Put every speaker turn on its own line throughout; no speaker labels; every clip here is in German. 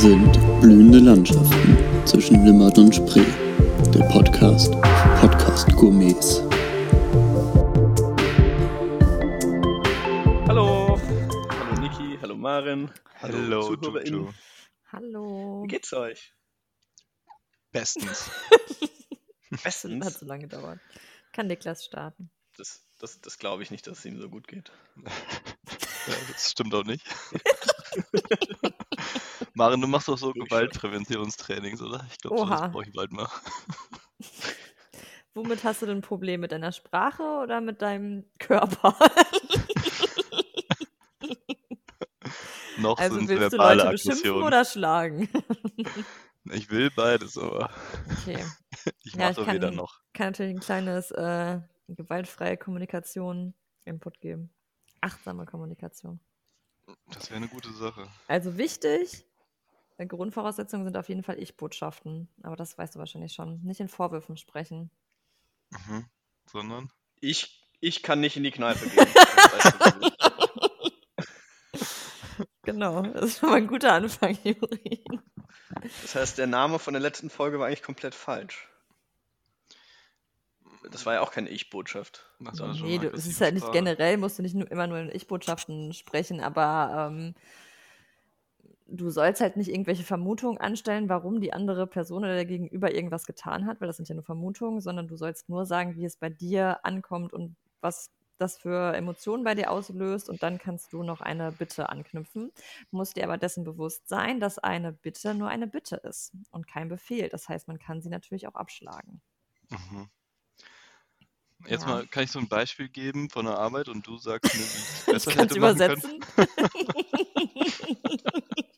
sind Blühende Landschaften zwischen Limmat und Spree, der Podcast für Podcast-Gourmets.
Hallo, hallo Niki, hallo Maren,
Hallo,
ZuhörerInnen.
Juju.
Wie
Hallo.
geht's euch?
Bestens.
Hat
Bestens.
so lange gedauert. Kann Niklas starten.
Das, das, das glaube ich nicht, dass es ihm so gut geht.
Ja, das stimmt auch nicht. Maren, du machst doch so Gewaltpräventionstrainings, oder? Ich glaube,
Oha.
das brauche ich bald mal.
Womit hast du denn ein Problem? Mit deiner Sprache oder mit deinem Körper?
Noch
also
sind
willst du
verbale
Leute beschimpfen
Aggressionen.
oder schlagen?
Ich will beides, aber
Okay.
ich
Ja, ich
mache weder
kann-
noch.
Kann natürlich ein kleines äh, gewaltfreie Kommunikation Input geben. Achtsame Kommunikation.
Das wäre eine gute Sache.
Also wichtig, äh, Grundvoraussetzungen sind auf jeden Fall Ich-Botschaften. Aber das weißt du wahrscheinlich schon. Nicht in Vorwürfen sprechen.
Mhm. Sondern?
Ich, ich kann nicht in die Kneipe gehen. Das weißt du.
Genau, das ist schon mal ein guter Anfang, Juri.
Das heißt, der Name von der letzten Folge war eigentlich komplett falsch. Das war ja auch keine Ich-Botschaft.
Das war
sondern-
schon
Nee,
eine
du, es ist
aggressive
ja nicht
Sprache.
generell, musst du nicht nur, immer nur in Ich-Botschaften sprechen, aber ähm, du sollst halt nicht irgendwelche Vermutungen anstellen, warum die andere Person oder der Gegenüber irgendwas getan hat, weil das sind ja nur Vermutungen, sondern du sollst nur sagen, wie es bei dir ankommt und was das für Emotionen bei dir auslöst und dann kannst du noch eine Bitte anknüpfen. Musst dir aber dessen bewusst sein, dass eine Bitte nur eine Bitte ist und kein Befehl. Das heißt, man kann sie natürlich auch abschlagen.
Mhm. Jetzt
Ja.
mal, kann ich so ein Beispiel geben von der Arbeit und du sagst mir, wie ich es
Ich
besser
kann es
hätte machen können?
übersetzen.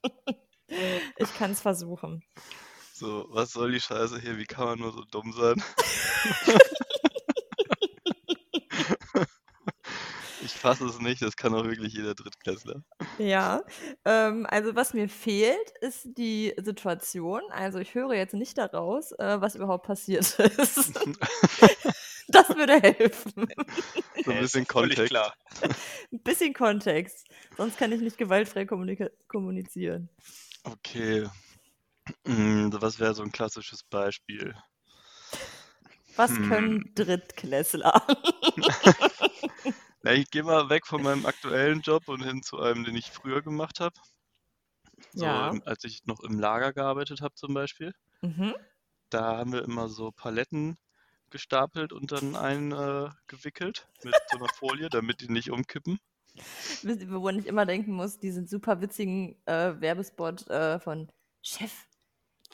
ich kann es versuchen.
So, was soll die Scheiße hier? Wie kann man nur so dumm sein? ich fasse es nicht, das kann auch wirklich jeder Drittklässler.
Ja. Ähm, also was mir fehlt, ist die Situation. Also ich höre jetzt nicht daraus, äh, was überhaupt passiert ist. das würde helfen.
So ein
Äh, ist
bisschen
doch völlig
Kontext.
Klar.
Ein bisschen Kontext. Sonst kann ich nicht gewaltfrei kommunika- kommunizieren.
Okay. Mm, so Was wäre so ein klassisches Beispiel?
Was
Hm.
können Drittklässler?
Na, ich gehe mal weg von meinem aktuellen Job und hin zu einem, den ich früher gemacht habe. So, ähm,
Ja.
im- als ich noch im Lager gearbeitet habe zum Beispiel.
Mhm.
Da haben wir immer so Paletten gestapelt und dann eingewickelt mit so einer Folie, damit die nicht umkippen.
Wisst ihr, woran ich immer denken muss, diesen super witzigen äh, Werbespot äh, von Chef,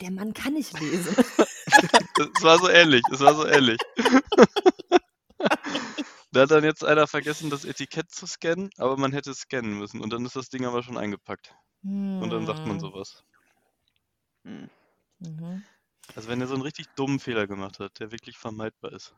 der Mann kann nicht lesen.
Es war so ehrlich, es war so ehrlich. Da hat dann jetzt einer vergessen, das Etikett zu scannen, aber man hätte es scannen müssen. Und dann ist das Ding aber schon eingepackt. Und dann sagt man
Hm.
sowas.
Hm.
Mhm.
Also wenn er so einen richtig dummen Fehler gemacht hat, der wirklich vermeidbar ist.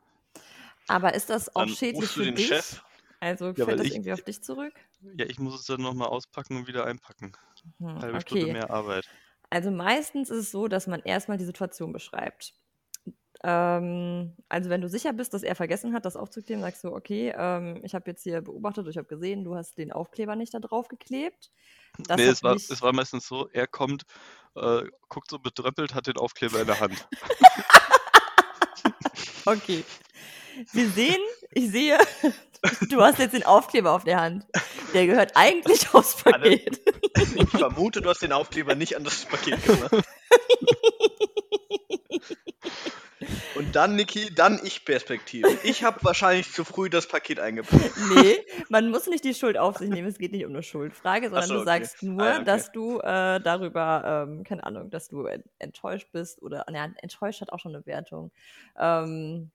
Aber ist das auch
Dann
schädlich
rufst du
für
den
dich?
Chef.
Also
weil
fällt das
ich-
irgendwie auf dich zurück?
Ja, ich muss es dann nochmal auspacken und wieder einpacken.
Hm,
Halbe Stunde
okay.
mehr Arbeit.
Also meistens ist es so, dass man erstmal die Situation beschreibt. Ähm, also wenn du sicher bist, dass er vergessen hat, das aufzukleben, sagst du, okay, ähm, ich habe jetzt hier beobachtet, ich habe gesehen, du hast den Aufkleber nicht da drauf geklebt. Das
nee,
hat
es war,
mich-
es war meistens so, er kommt, äh, guckt so bedröppelt, hat den Aufkleber in der Hand.
Okay. Wir sehen, ich sehe, du hast jetzt den Aufkleber auf der Hand. Der gehört eigentlich aufs Paket.
Ich vermute, du hast den Aufkleber nicht an das Paket gemacht. Und dann, Niki, dann Ich-Perspektive. Ich habe wahrscheinlich zu früh das Paket eingepackt.
Nee, man muss nicht die Schuld auf sich nehmen. Es geht nicht um eine Schuldfrage, sondern
so,
du
okay.
sagst nur,
Ah, ja, okay.
dass du äh, darüber, ähm, keine Ahnung, dass du en- enttäuscht bist oder, naja, enttäuscht hat auch schon eine Wertung. Ähm,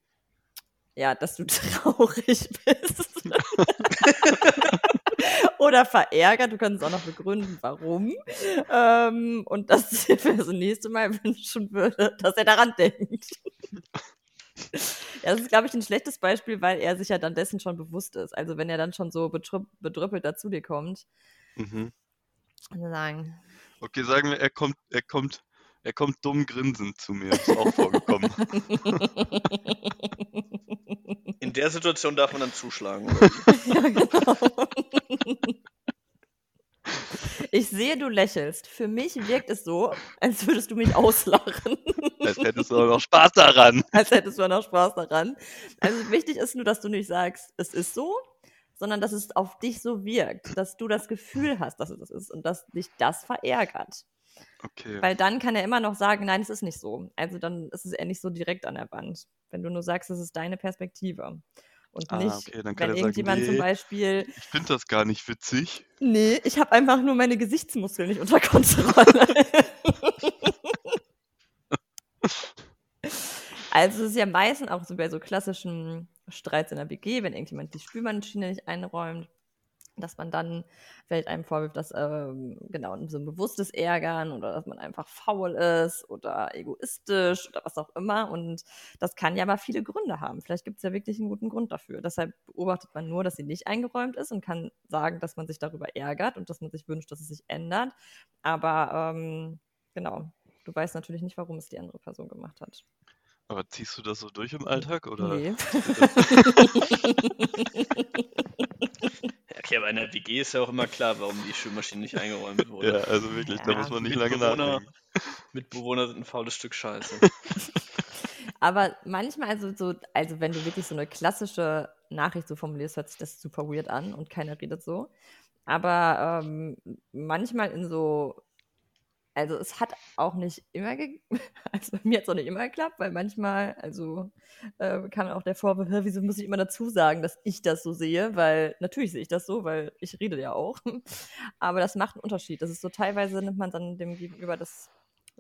ja, dass du traurig bist. oder verärgert. Du kannst es auch noch begründen, warum. Ähm, und dass ich dir für das nächste Mal wünschen würde, dass er daran denkt. Ja, das ist, glaube ich, ein schlechtes Beispiel, weil er sich ja dann dessen schon bewusst ist. Also wenn er dann schon so betrüpp- bedrüppelt dazu dir kommt,
Mhm.
dann sagen,
Okay, sagen wir, er kommt, er kommt, er kommt dumm grinsend zu mir. Ist auch vorgekommen.
In der Situation darf man dann zuschlagen.
ja, genau. Ich sehe, du lächelst. Für mich wirkt es so, als würdest du mich auslachen.
Als hättest du auch noch Spaß daran.
als hättest du auch noch Spaß daran. Also wichtig ist nur, dass du nicht sagst, es ist so, sondern dass es auf dich so wirkt, dass du das Gefühl hast, dass es das ist und dass dich das verärgert.
Okay.
Weil dann kann er immer noch sagen, nein, es ist nicht so. Also dann ist es eher nicht so direkt an der Wand. Wenn du nur sagst, es ist deine Perspektive. Und
Ah,
nicht,
okay, dann kann er
wenn
sagen,
irgendjemand zum
nee.
Beispiel,
Ich finde das gar nicht witzig.
nee, ich habe einfach nur meine Gesichtsmuskeln nicht unter Kontrolle. also es ist ja meistens auch so bei so klassischen Streits in der WG, wenn irgendjemand die Spülmaschine nicht einräumt, dass man dann vielleicht einem vorwirft, dass ähm, genau so ein bewusstes Ärgern oder dass man einfach faul ist oder egoistisch oder was auch immer. Und das kann ja mal viele Gründe haben. Vielleicht gibt es ja wirklich einen guten Grund dafür. Deshalb beobachtet man nur, dass sie nicht eingeräumt ist und kann sagen, dass man sich darüber ärgert und dass man sich wünscht, dass es sich ändert. Aber ähm, genau, du weißt natürlich nicht, warum es die andere Person gemacht hat.
Aber ziehst du das so durch im Alltag? Oder?
Nee.
Ja, okay, aber in der WG ist ja auch immer klar, warum die Spülmaschine nicht eingeräumt
Ja,
wurde.
also wirklich, da
Ja.
muss man nicht lange
Mitbewohner,
nachdenken.
Mitbewohner sind ein faules Stück Scheiße.
Aber manchmal, also, so, also wenn du wirklich so eine klassische Nachricht so formulierst, hört sich das super weird an und keiner redet so. Aber ähm, manchmal in so, also es hat auch nicht immer, ge also mir hat es auch nicht immer geklappt, weil manchmal, also äh, kam auch der Vorwurf, "Hä, wieso muss ich immer dazu sagen, dass ich das so sehe, weil natürlich sehe ich das so, weil ich rede ja auch. Aber das macht einen Unterschied. Das ist so, teilweise nimmt man dann dem Gegenüber das,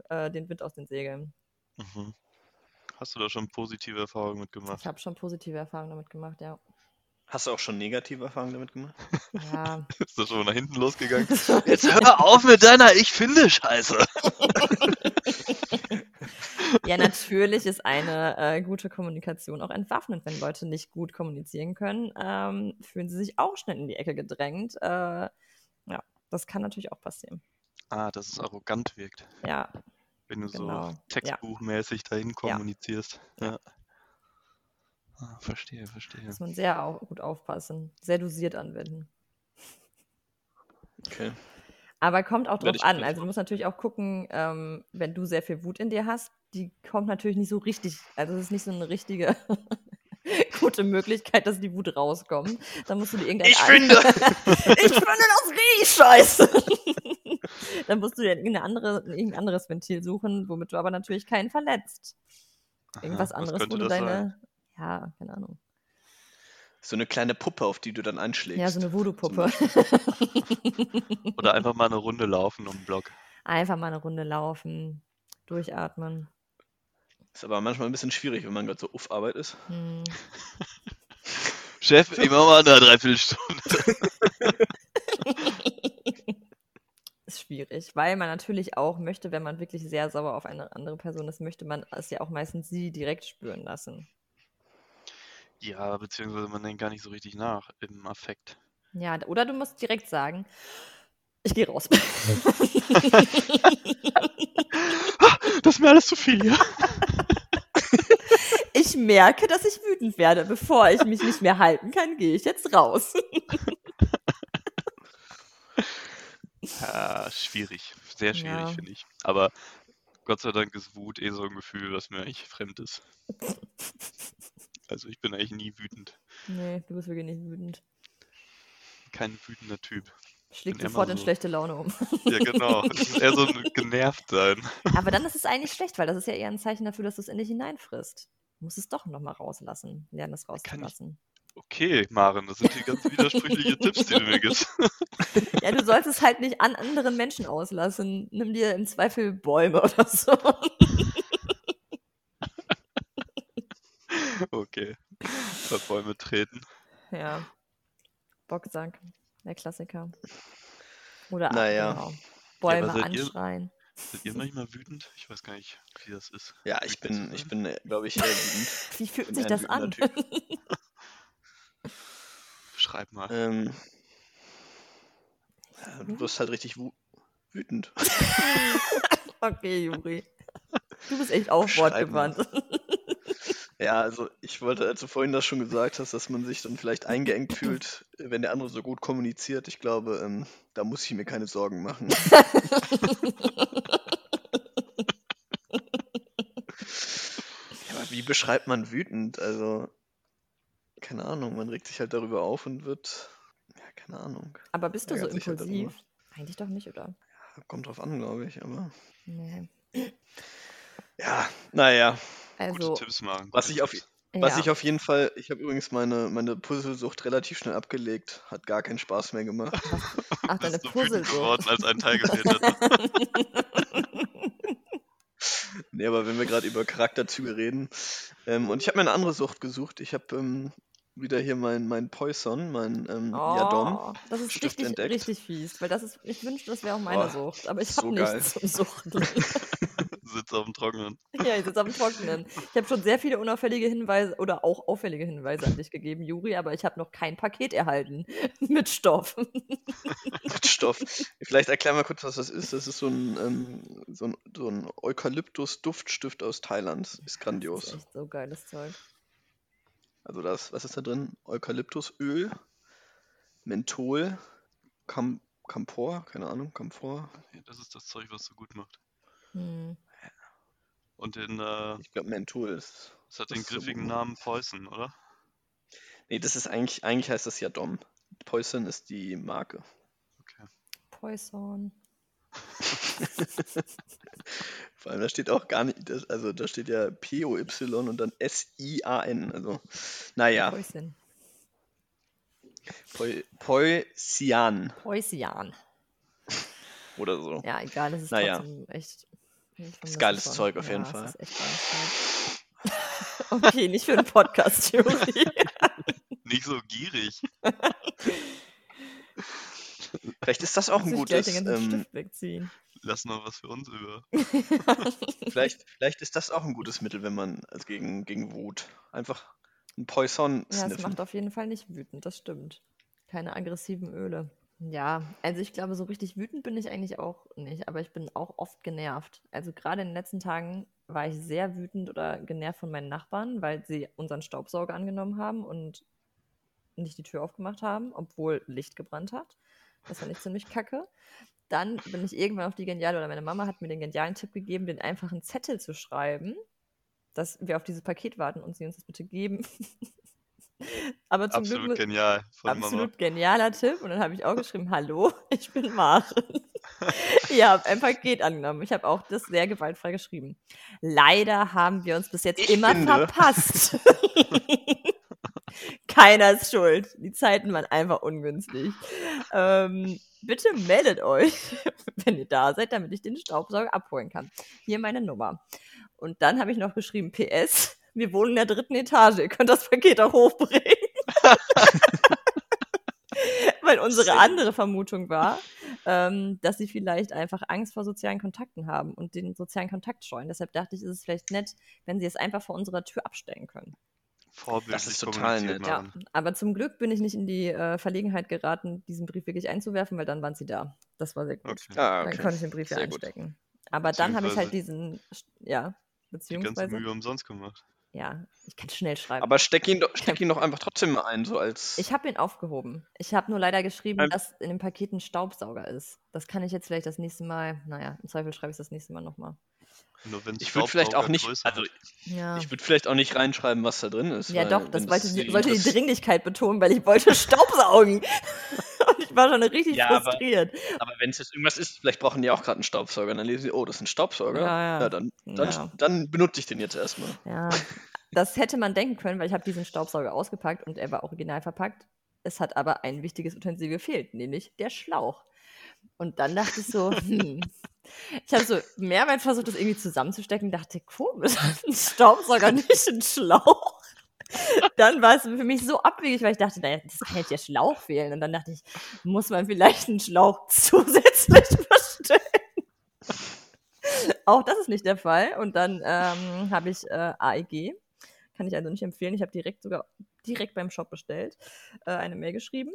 äh, den Wind aus den Segeln.
Mhm. Hast du da schon positive Erfahrungen
Ich
mitgemacht?
habe schon positive Erfahrungen damit gemacht, ja.
Hast du auch schon negative Erfahrungen damit gemacht?
Ja,
Ist das schon mal nach hinten losgegangen? Jetzt hör auf mit deiner Ich finde Scheiße.
ja natürlich ist eine äh, gute Kommunikation auch entwaffnend. Wenn Leute nicht gut kommunizieren können, ähm, fühlen sie sich auch schnell in die Ecke gedrängt. Äh, ja, das kann natürlich auch passieren.
Ah, dass es arrogant wirkt,
Ja,
wenn du
Genau,
so textbuchmäßig dahin kommunizierst. Ja. Ah, verstehe, verstehe.
muss man sehr au gut aufpassen, sehr dosiert anwenden.
Okay.
Aber kommt auch
Werd
drauf
ich
an.
mit.
Also du musst natürlich auch gucken, ähm, wenn du sehr viel Wut in dir hast, die kommt natürlich nicht so richtig. Also es ist nicht so eine richtige gute Möglichkeit, dass die Wut rauskommt. Dann musst du dir irgendeine
Ich finde-
ich finde das riecht scheiße. Dann musst du dir irgendeine andere, irgendein anderes Ventil suchen, womit du aber natürlich keinen verletzt.
Aha,
Irgendwas
was
anderes, wo
könnte
du
das sein?
deine ja keine Ahnung.
So eine kleine Puppe, auf die du dann einschlägst.
Ja, so eine Voodoo-Puppe.
Oder einfach mal eine Runde laufen um den Block.
Einfach mal eine Runde laufen, durchatmen.
Ist aber manchmal ein bisschen schwierig, wenn man gerade so uff Arbeit ist.
Hm.
Chef, ich mach mal eine Dreiviertelstunde.
ist schwierig, weil man natürlich auch möchte, wenn man wirklich sehr sauer auf eine andere Person ist, möchte man es ja auch meistens sie direkt spüren lassen.
Ja, beziehungsweise man denkt gar nicht so richtig nach im Affekt.
Ja, d- oder du musst direkt sagen, ich gehe raus.
Das ist mir alles zu viel, ja?
ich merke, dass ich wütend werde. Bevor ich mich nicht mehr halten kann, gehe ich jetzt raus.
Ah, schwierig. Sehr schwierig,
Ja.
finde ich. Aber Gott sei Dank ist Wut eh so ein Gefühl, das mir eigentlich fremd ist. Also ich bin eigentlich nie wütend.
nee, du bist wirklich nicht wütend.
Kein wütender Typ.
Schlägt
Bin immer
sofort in
so.
schlechte Laune um.
Ja, genau. Ich muss eher so ein genervt sein.
Aber dann ist es eigentlich schlecht, weil das ist ja eher ein Zeichen dafür, dass du es in dich hineinfrisst. Du musst es doch nochmal rauslassen. Lern es
ich-
rauszulassen.
Okay, Maren, das sind die ganz widersprüchliche Tipps, die du mir gibst.
Ja, du sollst es halt nicht an anderen Menschen auslassen. Nimm dir im Zweifel Bäume oder so.
Okay. Bei Bäume treten.
Ja. Bocksack, der Klassiker. Oder ab-
Naja.
genau.
aber
Bäume
seid ihr-
anschreien.
Seid ihr manchmal wütend? Ich weiß gar nicht, wie das ist.
Ja, ich
Wütend zu
bin, ich
sein?
bin, glaube ich, eher wütend.
Wie
Ich
fühlt
bin
sich
eher ein
das
wütender
an?
Typ.
Schreib mal.
Ähm, ja, du wirst halt richtig wu- wütend.
Okay, Juri. Du bist echt auch
Schreib
wortgewandt.
Ja, also ich wollte, als du vorhin das schon gesagt hast, dass man sich dann vielleicht eingeengt fühlt, wenn der andere so gut kommuniziert. Ich glaube, ähm, da muss ich mir keine Sorgen machen. Ja, aber wie beschreibt man wütend? Also, keine Ahnung, man regt sich halt darüber auf und wird, ja, keine Ahnung.
Aber bist du so
Ärgert sich halt darüber.
impulsiv? Eigentlich doch nicht, oder?
Kommt drauf an, glaube ich, aber.
Nee.
Ja, naja.
Also,
Gute Tipps machen.
Was
gute
ich auf-
Tipps.
Was
ja.
ich auf jeden Fall, ich habe übrigens meine, meine Puzzlesucht relativ schnell abgelegt. Hat gar keinen Spaß mehr gemacht.
Ach,
Das
deine
ist so wütend
Puzzle.
geworden, als ein Teil gefehlt hat.
Nee, aber wenn wir gerade über Charakterzüge reden. Ähm, und ich habe mir eine andere Sucht gesucht. Ich habe ähm, wieder hier mein, mein Poison, mein ähm, Yadom.
Oh, das ist
Stift
richtig,
entdeckt.
richtig fies, weil das ist, ich wünschte, das wäre auch meine
Oh,
Boah,
Sucht, aber ich
so
habe nichts zum Suchten.
Sitzt auf dem Trockenen.
ja, ich sitze am Trockenen. Ich habe schon sehr viele unauffällige Hinweise oder auch auffällige Hinweise an dich gegeben, Juri, aber ich habe noch kein Paket erhalten mit Stoff.
Stoff. Vielleicht erklär mal kurz, was das ist. Das ist so ein, ähm, so ein, so ein Eukalyptus-Duftstift aus Thailand. Ist
Das
grandios.
ist echt so geiles Zeug.
Also das, was ist da drin? Eukalyptusöl, Menthol, Cam Camphor, keine Ahnung, Camphor.
Ja, Das ist das Zeug, was so gut macht.
Hm.
Und den, äh,
Ich glaube, Menthol ist.
es hat
Das
den
ist so
griffigen
gut.
Namen Poison, oder?
Nee, das ist eigentlich, eigentlich heißt das ja Dom. Poison ist die Marke.
Okay.
Poison.
Vor allem, da steht auch gar nicht, das, also da steht ja P-O-Y und dann S-I-A-N. Also, naja,
Poison.
Poi- Poisian
Poison.
oder so.
Ja, egal, das ist
Naja.
trotzdem echt. ich finde, das
geiles
super.
Zeug auf jeden
es
Fall.
ist echt geiles Zeug. Okay, nicht für einen Podcast, Juri.
Nicht so gierig.
Vielleicht ist das auch ein
Muss ich gleich
gutes.
den ganzen
Ähm,
Stift wegziehen.
Lass noch was für uns über.
vielleicht, vielleicht ist das auch ein gutes Mittel, wenn man also gegen, gegen Wut einfach ein Poison
Ja, es
sniffen.
macht auf jeden Fall nicht wütend, das stimmt. Keine aggressiven Öle. Ja, also ich glaube, so richtig wütend bin ich eigentlich auch nicht, aber ich bin auch oft genervt. Also gerade in den letzten Tagen war ich sehr wütend oder genervt von meinen Nachbarn, weil sie unseren Staubsauger angenommen haben und nicht die Tür aufgemacht haben, obwohl Licht gebrannt hat. Das fand ich ziemlich kacke. Dann bin ich irgendwann auf die geniale, oder meine Mama hat mir den genialen Tipp gegeben, den einfachen Zettel zu schreiben, dass wir auf dieses Paket warten und sie uns das bitte geben. Aber zum Glück
Absolut
mu-
genial von
Absolut genialer Tipp. Und dann habe ich auch geschrieben, hallo, ich bin Maren. Ihr habt ein Paket angenommen. Ich habe auch das sehr gewaltfrei geschrieben. Leider haben wir uns bis jetzt
Ich
immer
finde-
verpasst. Keiner ist schuld. Die Zeiten waren einfach ungünstig. Ähm, bitte meldet euch, wenn ihr da seid, damit ich den Staubsauger abholen kann. Hier meine Nummer. Und dann habe ich noch geschrieben, PS, wir wohnen in der dritten Etage. Ihr könnt das Paket auch hochbringen. Weil unsere andere Vermutung war, ähm, dass sie vielleicht einfach Angst vor sozialen Kontakten haben und den sozialen Kontakt scheuen. Deshalb dachte ich, ist es vielleicht nett, wenn sie es einfach vor unserer Tür abstellen können.
Mama. Vorbildlich
Das ist total
kommuniziert,
nett.
Ja,
Maren.
aber zum Glück bin ich nicht in die äh, Verlegenheit geraten, diesen Brief wirklich einzuwerfen, weil dann waren sie da. Das war sehr gut.
Okay.
Ah,
Dann konnte
okay.
ich den Brief ja
Sehr gut.
einstecken. Aber dann habe ich halt
Beziehungsweise-
diesen, ja,
Die ganze
beziehungsweise,
Mühe umsonst gemacht.
ja, ich kann schnell schreiben.
Aber steck ihn, doch, steck ihn doch einfach trotzdem mal ein, so als.
Ich habe ihn aufgehoben. Ich habe nur leider geschrieben,
Ein-
dass in dem Paket ein Staubsauger ist. Das kann ich jetzt vielleicht das nächste Mal, naja, im Zweifel schreibe ich das nächste Mal nochmal.
Nur wenn
ich würde vielleicht auch nicht. Also,
Ja,
ich würde vielleicht auch nicht reinschreiben, was da drin ist.
ja
weil
doch, das
wenn
wollte,
sie
die- sollte die
interessiert-
Dringlichkeit betonen, weil ich wollte Staubsaugen. Und ich war schon richtig
Ja, aber-
frustriert.
Aber wenn es jetzt irgendwas ist, vielleicht brauchen die auch gerade einen Staubsauger. Dann lesen sie, oh, das ist ein Staubsauger.
Ja, ja.
dann, dann,
Ja.
dann benutze ich den jetzt erstmal.
Ja, das hätte man denken können, weil ich habe diesen Staubsauger ausgepackt und er war original verpackt. Es hat aber ein wichtiges Utensil gefehlt, nämlich der Schlauch. Und dann dachte ich so, hm. Ich habe so mehrmals versucht, das irgendwie zusammenzustecken, dachte, komisch, ein Staubsauger, nicht ein Schlauch. Dann war es für mich so abwegig, weil ich dachte, naja, das kann jetzt der Schlauch fehlen. Und dann dachte ich, muss man vielleicht einen Schlauch zusätzlich bestellen? Auch das ist nicht der Fall. Und dann ähm, habe ich äh, AEG. Kann ich also nicht empfehlen. Ich habe direkt sogar direkt beim Shop bestellt, äh, eine Mail geschrieben.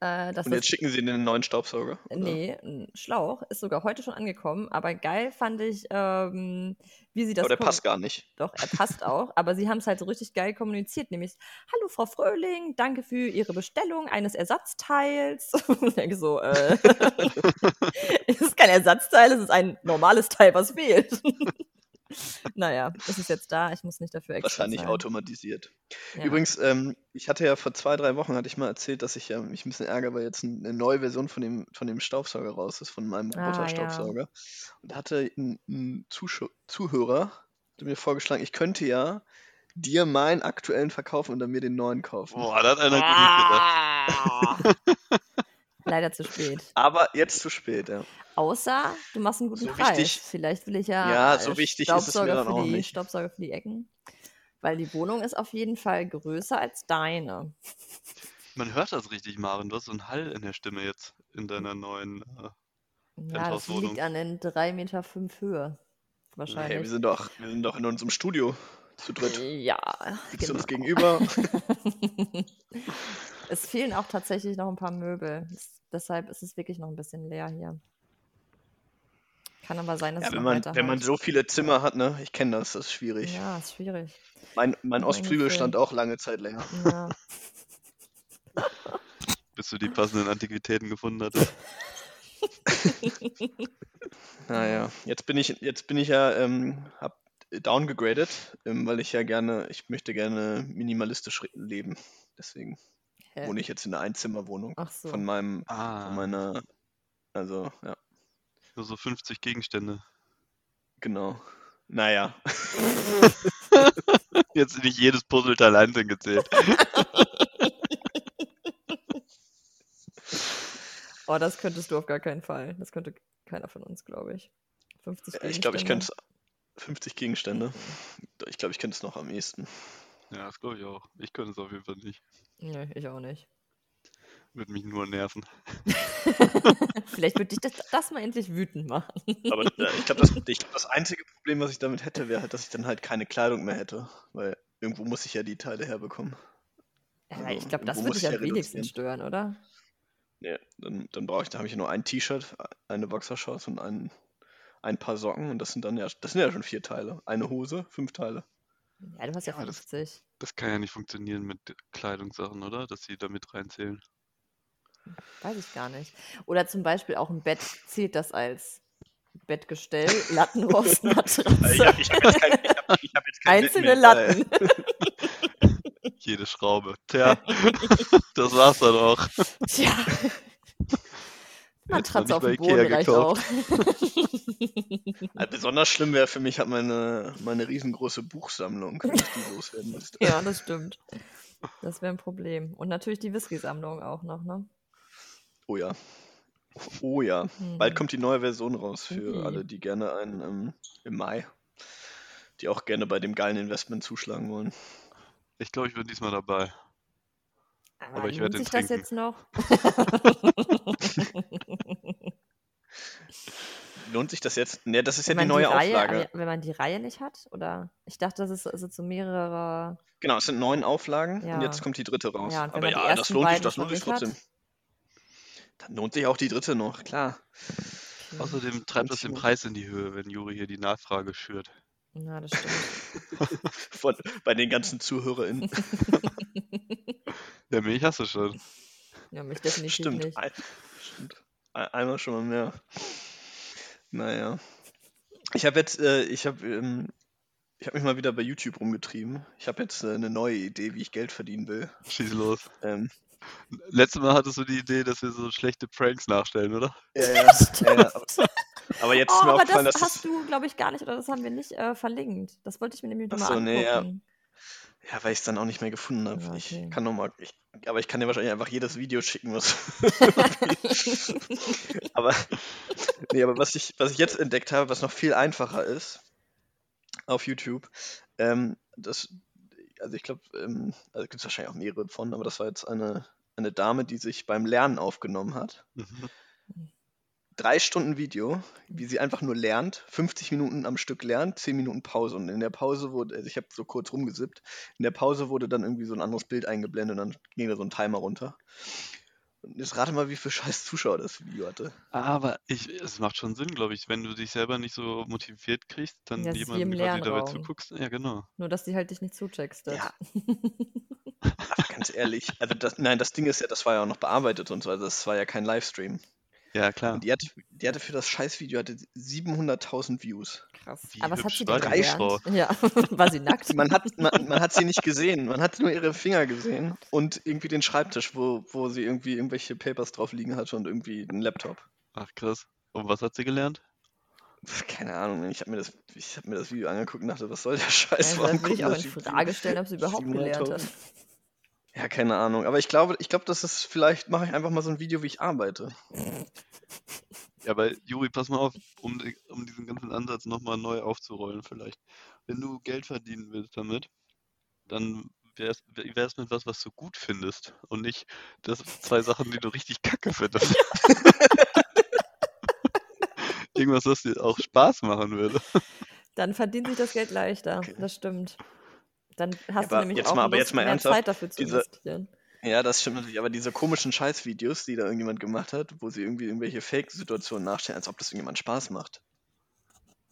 Äh, dass
Und jetzt
das,
schicken sie ihnen einen neuen Staubsauger. oder?
nee, ein Ne, Schlauch ist sogar heute schon angekommen, aber geil fand ich, ähm, wie sie das
Aber Oh, der
kom-
passt gar nicht.
Doch, er passt auch, aber sie haben es halt so richtig geil kommuniziert, nämlich, hallo Frau Fröhling, danke für Ihre Bestellung eines Ersatzteils. ich denke so, äh, es ist kein Ersatzteil, es ist ein normales Teil, was fehlt. naja, es ist jetzt da, ich muss nicht dafür extra
Wahrscheinlich
sein.
automatisiert.
Ja.
Übrigens, ähm, ich hatte ja vor zwei, drei Wochen hatte ich mal erzählt, dass ich äh, mich ein bisschen ärgere, weil jetzt ein- eine neue Version von dem, von dem Staubsauger raus ist, von meinem
Ah, ja.
Roboterstaubsauger. Und da hatte ein, ein Zuschau- Zuhörer hatte mir vorgeschlagen, ich könnte ja dir meinen aktuellen verkaufen und dann mir den neuen kaufen.
Boah, da hat einer
Ah!
gut mitgedacht.
Leider zu spät.
Aber jetzt zu spät, ja.
Außer du machst einen guten
So
Preis.
wichtig-
Vielleicht will ich ja,
Ja,
äh,
so wichtig ist es mir
Staubsauger
dann
für
auch
die
nicht.
Staubsauger für die Ecken. Weil die Wohnung ist auf jeden Fall größer als deine.
Man hört das richtig, Maren. Du hast so einen Hall in der Stimme jetzt in deiner neuen. Äh,
Ja, das
Penthouse-Wohnung.
liegt an den 3,5 Meter Höhe.
Hey, wir
Wahrscheinlich.
sind doch, wir sind doch in unserem Studio zu dritt.
ja,
Sitzt
genau.
uns gegenüber.
es fehlen auch tatsächlich noch ein paar Möbel. Es, deshalb ist es wirklich noch ein bisschen leer hier. Kann aber sein, dass
Ja,
es
wenn
noch
man,
weiterhält.
wenn man so viele Zimmer hat, ne, ich kenne das, das ist schwierig.
halt. Ja, ist schwierig.
Mein, mein
Kann man
Ostflügel
nicht
stand
sehen.
auch lange Zeit länger.
Ja.
bis du die passenden Antiquitäten gefunden hattest.
Ah,
Naja, jetzt bin ich, jetzt bin ich ja, ähm, hab downgegradet, ähm, weil ich ja gerne, ich möchte gerne minimalistisch re- leben. Deswegen
Hä?
wohne ich jetzt in einer Einzimmerwohnung
Ach so.
von meinem,
Ah,
von meiner, also ja,
nur so 50 Gegenstände.
genau. Naja,
Jetzt nicht jedes Puzzleteil einzeln gezählt.
Oh, das könntest du auf gar keinen Fall. Das könnte keiner von uns, glaube ich. 50
Äh, ich glaube, ich könnte
Äh, Gegenstände.
es, 50 Gegenstände, ich glaube, ich könnte es noch am ehesten.
Ja, das glaube ich auch. Ich könnte es auf jeden Fall nicht.
Nee, ich auch nicht.
Würde mich nur nerven.
Vielleicht würde dich das, das mal endlich wütend machen.
Aber äh, ich glaube, das, ich glaub, das einzige Problem, was ich damit hätte, wäre halt, dass ich dann halt keine Kleidung mehr hätte, weil irgendwo muss ich ja die Teile herbekommen.
Ja,
Also,
ich glaube, das
wo
würde
muss
dich
ich ja
am wenigsten
reduzieren?
stören, oder?
Nee, dann, dann brauche ich, da habe ich ja nur ein T-Shirt, eine Boxershorts und ein, ein paar Socken und das sind dann ja, das sind ja schon vier Teile. Eine Hose, fünf Teile.
Ja, du hast ja,
Ja, das-
50.
Das kann ja nicht funktionieren mit Kleidungssachen, oder? Dass sie da mit reinzählen.
Weiß ich gar nicht. Oder zum Beispiel auch ein Bett. Zählt das als Bettgestell, Lattenrost, Matratze?
habe Äh, hab jetzt kein, ich hab, ich hab jetzt kein Bett mehr,
Einzelne
Äh,
Latten.
Jede Schraube. Tja, das war's dann auch.
Tja.
noch nicht
Matratze auf
bei
dem
Ikea
Boden reicht
gekauft.
auch.
Weil, äh, besonders schlimm wäre für mich halt meine, meine riesengroße Buchsammlung, wenn ich die loswerden müsste.
Ja, das stimmt. Das wäre ein Problem. Und natürlich die Whisky-Sammlung auch noch, ne?
Oh ja. Oh ja.
Hm.
Bald kommt die neue Version raus für
Ui.
alle, die gerne einen ähm, im Mai, die auch gerne bei dem geilen Investment zuschlagen wollen.
Ich glaube, ich bin diesmal dabei.
Aber,
aber ich
lohnt
werd den
sich das
trinken.
jetzt noch?
Lohnt sich das jetzt? Ne, das ist ja
Wenn
die
man
neue
Reihe,
Auflage.
aber Wenn man die Reihe nicht hat? Oder? Ich dachte, das ist also zu mehrere.
Genau, es sind neun Auflagen
Ja.
und jetzt kommt die dritte raus.
Ja, und wenn
Aber
man die
ja, das
ersten
lohnt sich,
beiden
das
schon
lohnt sich
nicht hat.
trotzdem. Dann lohnt sich auch die dritte noch, klar.
Okay.
Außerdem treibt das den
Manchmal.
Preis in die Höhe, wenn Juri hier die Nachfrage schürt.
Ja, das stimmt.
Von, bei den ganzen ZuhörerInnen.
Ja, mich hast du schon.
Ja, mich definitiv
Stimmt. Ah,
nicht.
Ein, stimmt. Ein, einmal schon mal mehr. Naja. Ich habe jetzt, äh, ich habe, ähm, ich habe mich mal wieder bei YouTube rumgetrieben. Ich habe jetzt äh, eine neue Idee, wie ich Geld verdienen will.
Schieß los.
Ähm,
Letztes Mal hattest du die Idee, dass wir so schlechte Pranks nachstellen, oder?
ja, ja, ja, ja, äh, aber, aber jetzt ist
Oh,
mir
aber
aufgefallen,
das
dass
hast
es,
du, glaube ich, gar nicht, oder das haben wir nicht äh, verlinkt. Das wollte ich mir nämlich
Ach
nochmal
so,
angucken.
nee, ja. ja, weil ich es dann auch nicht mehr gefunden habe.
Ja, okay.
Ich kann noch mal, ich, aber ich kann dir wahrscheinlich einfach jedes Video schicken, was. aber, nee, aber was ich, was ich jetzt entdeckt habe, was noch viel einfacher ist auf YouTube, ähm, das, also ich glaube, ähm, also gibt es wahrscheinlich auch mehrere von, aber das war jetzt eine, eine Dame, die sich beim Lernen aufgenommen hat.
Mhm.
Drei Stunden Video, wie sie einfach nur lernt, 50 Minuten am Stück lernt, 10 Minuten Pause. Und in der Pause wurde, also ich habe so kurz rumgesippt, in der Pause wurde dann irgendwie so ein anderes Bild eingeblendet und dann ging da so ein Timer runter. Und jetzt rate mal, wie viel scheiß Zuschauer das Video hatte.
Aber ich, es macht schon Sinn, glaube ich, wenn du dich selber nicht so motiviert kriegst, dann
Ja, es ist wie im
jemandem quasi dabei
Lernraum.
zuguckst. Ja, genau.
Nur, dass die halt dich nicht zucheckst. das-
Ja. Aber ganz ehrlich, also das, nein, das Ding ist ja, das war ja auch noch bearbeitet und so, also das war ja kein Livestream.
Ja, klar.
Und die hatte, die hatte für das Scheißvideo hatte sie 700.000 Views.
Krass.
Wie
Aber was hat
hübsch
sie
war
denn
die
gelernt?
Frau?
Ja, war sie nackt?
Man hat, man, man hat sie nicht gesehen, man hat nur ihre Finger gesehen und irgendwie den Schreibtisch, wo, wo sie irgendwie irgendwelche Papers drauf liegen hatte und irgendwie einen Laptop.
Ach, krass. Und was hat sie gelernt?
Pff, Keine Ahnung, ich habe mir, das- ich hab mir das Video angeguckt und dachte, was soll der Scheiß?
Also,
Warum
das würde ich
gucken
auch
das
in
die-
Frage stellen, ob sie überhaupt gelernt hat.
700.000. Ja, keine Ahnung. Aber ich glaube, ich glaube, das ist vielleicht, mache ich einfach mal so ein Video, wie ich arbeite.
Ja, aber Juri, pass mal auf, um, die- um diesen ganzen Ansatz nochmal neu aufzurollen vielleicht. Wenn du Geld verdienen willst damit, dann wär's, wär's mit was, was du gut findest und nicht das zwei Sachen, die du richtig kacke findest. Irgendwas, was dir auch Spaß machen würde.
Dann verdient sich das Geld leichter.
Okay.
Das stimmt. Dann hast du
aber
nämlich
jetzt
auch
mal- aber
Lust,
jetzt mal
mehr
ernsthaft,
Zeit dafür zu
diese-
investieren.
Ja, das stimmt natürlich. Aber diese komischen Scheißvideos, die da irgendjemand gemacht hat, wo sie irgendwie irgendwelche Fake-Situationen nachstellen, als ob das irgendjemand Spaß macht.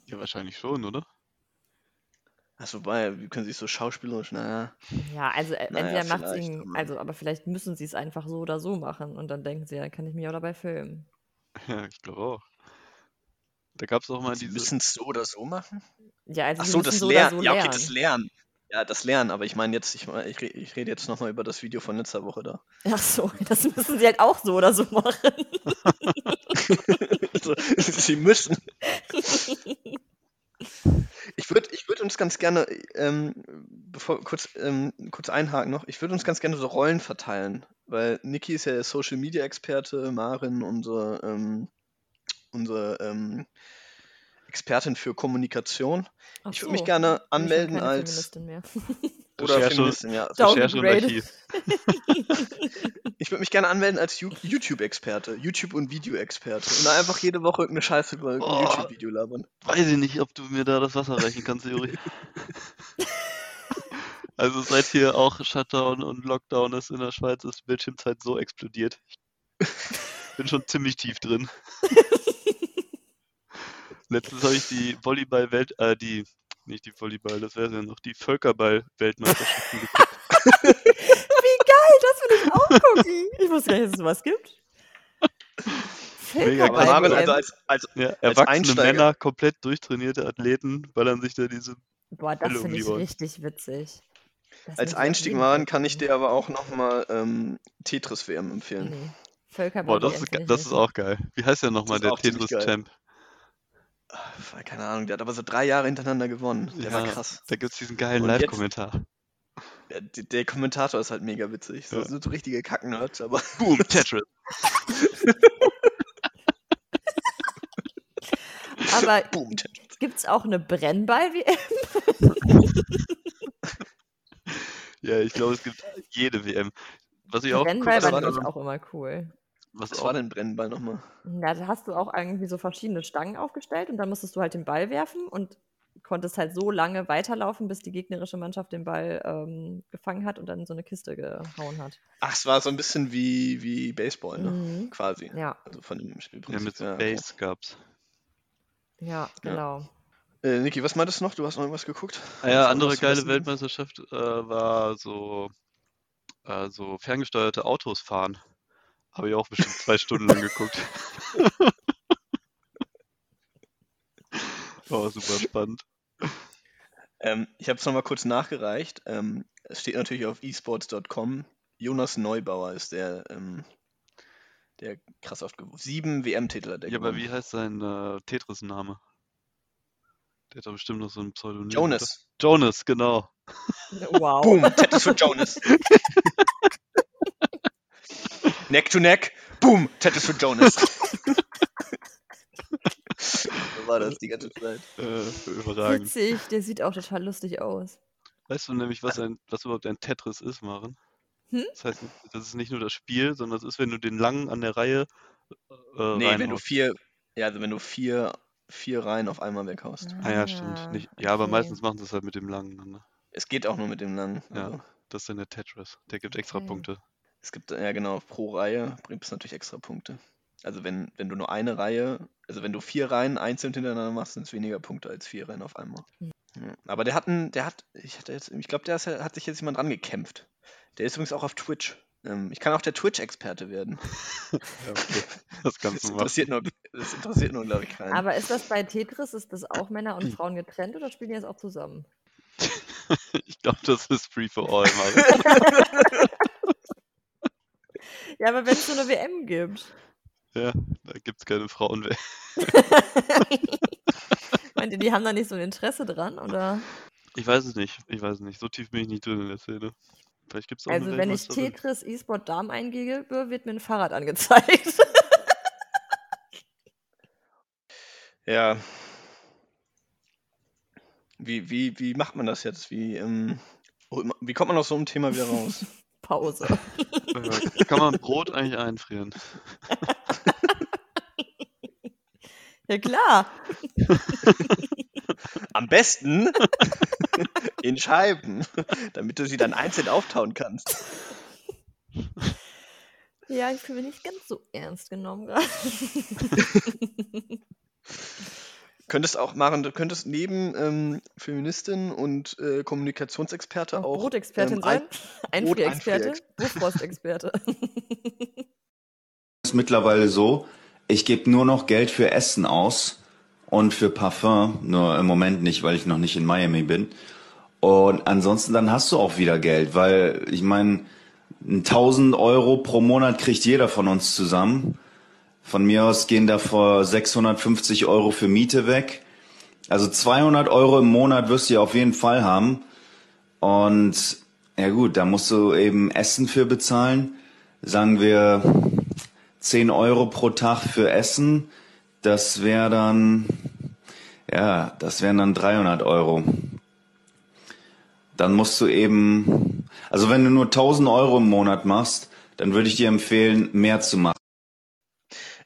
Ja, wahrscheinlich schon, oder?
Also wobei, wie können sie es so schauspielerisch, naja.
Ja, also äh,
Naja,
entweder macht
vielleicht,
sie,
aber-
also aber vielleicht müssen sie es einfach so oder so machen und dann denken sie, ja, kann ich mich auch dabei filmen.
Ja, ich glaube auch. Da gab es auch mal
Sie
diese.
müssen es so oder so machen?
Ja, also
Ach
sie
so,
müssen
das
so oder
Lernen.
so
ja, okay,
lernen.
das Lernen. Ja, das Lernen. Aber ich meine jetzt, ich, mein, ich, re- ich rede jetzt nochmal über das Video von letzter Woche da.
Ach so, das müssen sie halt auch so oder so machen.
also, sie müssen. Ich würde ich würd uns ganz gerne, ähm, bevor, kurz, ähm, kurz einhaken noch, ich würde uns ganz gerne so Rollen verteilen, weil Niki ist ja der Social Media Experte, Marin unsere, ähm, unsere ähm, Expertin für Kommunikation
Ach
Ich würd mich
so,
gerne
bin ich schon
anmelden
keine
als-
Feministin mehr.
oder
Recherche-
Feministin, ja.
Recherche und
Downgrade.
Archiv.
Ich würde mich gerne anmelden als Ju- YouTube-Experte, YouTube- und Video-Experte und einfach jede Woche irgendeine Scheiße über
Oh.
irgendein YouTube-Video labern.
Weiß ich nicht, ob du mir da das Wasser reichen kannst, Juri. Also seit hier auch Shutdown und Lockdown ist in der Schweiz, ist Bildschirmzeit so explodiert. Ich bin schon ziemlich tief drin. Letztens habe ich die Volleyball-Welt, äh, die, nicht die Volleyball, das wäre ja noch, die Völkerball-Weltmeisterschaften geguckt.
Wie geil, das will ich auch gucken. Ich wusste gar nicht, dass es sowas gibt.
Mega
Völkerball-
geil.
Marin,
Marin,
also als, als,
Ja, erwachsene
Einsteiger.
Männer, komplett durchtrainierte Athleten, ballern sich da diese.
Boah, das
Hölle um
finde
die
ich
Ohren.
richtig witzig. Das muss
als
ich auf
Einstieg
jeden
machen
Fall
kann ich
gucken.
dir aber auch nochmal ähm, Tetris-WM empfehlen.
Mhm.
Nee, Völkerball.
Boah, das ist, ge- das ist auch geil. Wie heißt der nochmal,
ist
der
auch ziemlich geil.
Tetris-Champ?
Ah, Keine Ahnung, der hat aber so drei Jahre hintereinander gewonnen. Der war
Ja.
krass.
Da gibt es diesen geilen
Und jetzt-
Live-Kommentar.
Der, der der Kommentator ist halt mega witzig. So,
Ja.
sind so richtige Kacknerds, aber
Boom, Tetris.
Aber
boom. Tetris.
gibt es auch eine Brennball-WM?
Ja, ich glaube, es gibt jede WM. Was ich auch gucke,
guck,
Brennball war
das war
nämlich
dann-
auch immer cool.
was
Was
auch,
war denn Brennball nochmal?
Na, da hast du auch irgendwie so verschiedene Stangen aufgestellt und dann musstest du halt den Ball werfen und konntest halt so lange weiterlaufen, bis die gegnerische Mannschaft den Ball ähm, gefangen hat und dann in so eine Kiste gehauen hat.
Ach, es war so ein bisschen wie, wie Baseball, ne?
Mhm.
Quasi.
Ja,
Also von dem
ja, mit
Spielprinzip.
so
okay.
Base gab's.
ja, genau.
Äh, Niki, was meintest du noch? Du hast noch irgendwas geguckt?
Ah ja,
Was-
andere
was du
geile
wissen willst?
Weltmeisterschaft äh, war so, äh, so ferngesteuerte Autos fahren. Habe ich auch bestimmt zwei Stunden lang geguckt. War Oh, super spannend.
Ähm, ich habe es nochmal kurz nachgereicht. Ähm, es steht natürlich auf esports.com. Jonas Neubauer ist der, ähm, der krass oft gewonnen. Sieben WM-Titel hat er
Ja, aber
gewonnen.
wie heißt sein äh, Tetris-Name? Der hat doch bestimmt noch so ein Pseudonym. oder?
Jonas.
Jonas, genau.
Wow.
Boom, Tetris für Jonas. neck to neck. Boom, Tetris für Jonas. so war das die ganze Zeit.
Äh, überragend.
Witzig, der sieht auch total lustig aus.
Weißt du nämlich, was, ein, was überhaupt ein Tetris ist, Maren?
Hm?
Das heißt, das ist nicht nur das Spiel, sondern das ist, wenn du den langen an der Reihe äh,
Nee, wenn du
reinhaust.
vier, ja, also wenn du vier, vier Reihen auf einmal weghaust.
Ah ja, stimmt. Nicht, ja, aber meistens machen sie es halt mit dem langen. Ne?
Es geht auch nur mit dem langen.
Ja.
Also.
Das ist dann der Tetris. Der gibt extra
Okay.
Punkte.
Es gibt, ja genau, pro Reihe bringt es natürlich extra Punkte. Also wenn, wenn du nur eine Reihe, also wenn du vier Reihen einzeln hintereinander machst, sind es weniger Punkte als vier Reihen auf einmal.
Mhm.
Ja. Aber der hat einen, der hat, ich hatte jetzt, ich glaube, der ist, ja- hat sich jetzt jemand rangekämpft. Der ist übrigens auch auf Twitch. Ähm, ich kann auch der Twitch-Experte werden.
Ja, okay. Das
Das
kannst du machen.
interessiert nur, das interessiert nur, glaube ich, keinen.
Aber ist das bei Tetris, ist das auch Männer
Hm.
und Frauen getrennt oder spielen die das auch zusammen?
Ich glaube, das ist Free for All, Mario.
Ja, aber wenn es so eine WM gibt.
ja, da gibt es keine Frauen.
Meint ihr, die haben da nicht so ein Interesse dran? Oder?
Ich weiß es nicht. Ich weiß es nicht. So tief bin ich nicht drin in der Szene. Vielleicht gibt es auch eine
Also, wenn ich
Weltmeisterin.
Tetris E-Sport Darm eingebe, wird mir ein Fahrrad angezeigt.
Ja. Wie, wie, wie macht man das jetzt? Wie, ähm, hol- wie kommt man aus so einem Thema wieder raus?
Pause.
Ja, Kann man Brot eigentlich einfrieren?
Ja, klar.
Am besten in Scheiben, damit du sie dann einzeln auftauen kannst.
Ja, ich fühle mich nicht ganz so ernst genommen gerade.
Könntest auch machen, du könntest neben ähm, Feministin und äh, Kommunikationsexperte auch.
Brotexpertin
ähm,
sein?
Ein-
Einfrierexperte? Buchfrostexperte?
ist mittlerweile so, ich gebe nur noch Geld für Essen aus und für Parfum, nur im Moment nicht, weil ich noch nicht in Miami bin. Und ansonsten dann hast du auch wieder Geld, weil ich meine, 1000 Euro pro Monat kriegt jeder von uns zusammen. Von mir aus gehen da vor 650 Euro für Miete weg. Also 200 Euro im Monat wirst du ja auf jeden Fall haben. Und ja gut, da musst du eben Essen für bezahlen. Sagen wir 10 Euro pro Tag für Essen. Das wäre dann, ja, das wären dann 300 Euro. Dann musst du eben, also wenn du nur 1000 Euro im Monat machst, dann würde ich dir empfehlen, mehr zu machen.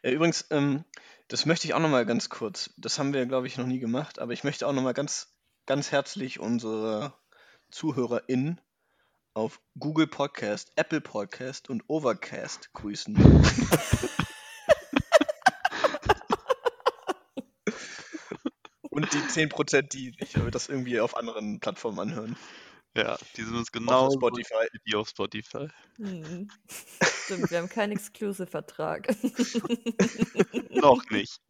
Äh, übrigens, ähm, das möchte ich auch nochmal ganz kurz. Das haben wir, glaube ich, noch nie gemacht, aber ich möchte auch nochmal ganz, ganz herzlich unsere ZuhörerInnen auf Google Podcast, Apple Podcast und Overcast grüßen. und die 10%, die sich das irgendwie auf anderen Plattformen anhören.
Ja, die sind uns
Außer
genau so
Spotify.
wie die auf Spotify.
Hm. Stimmt, wir haben keinen Exclusive-Vertrag.
Noch nicht.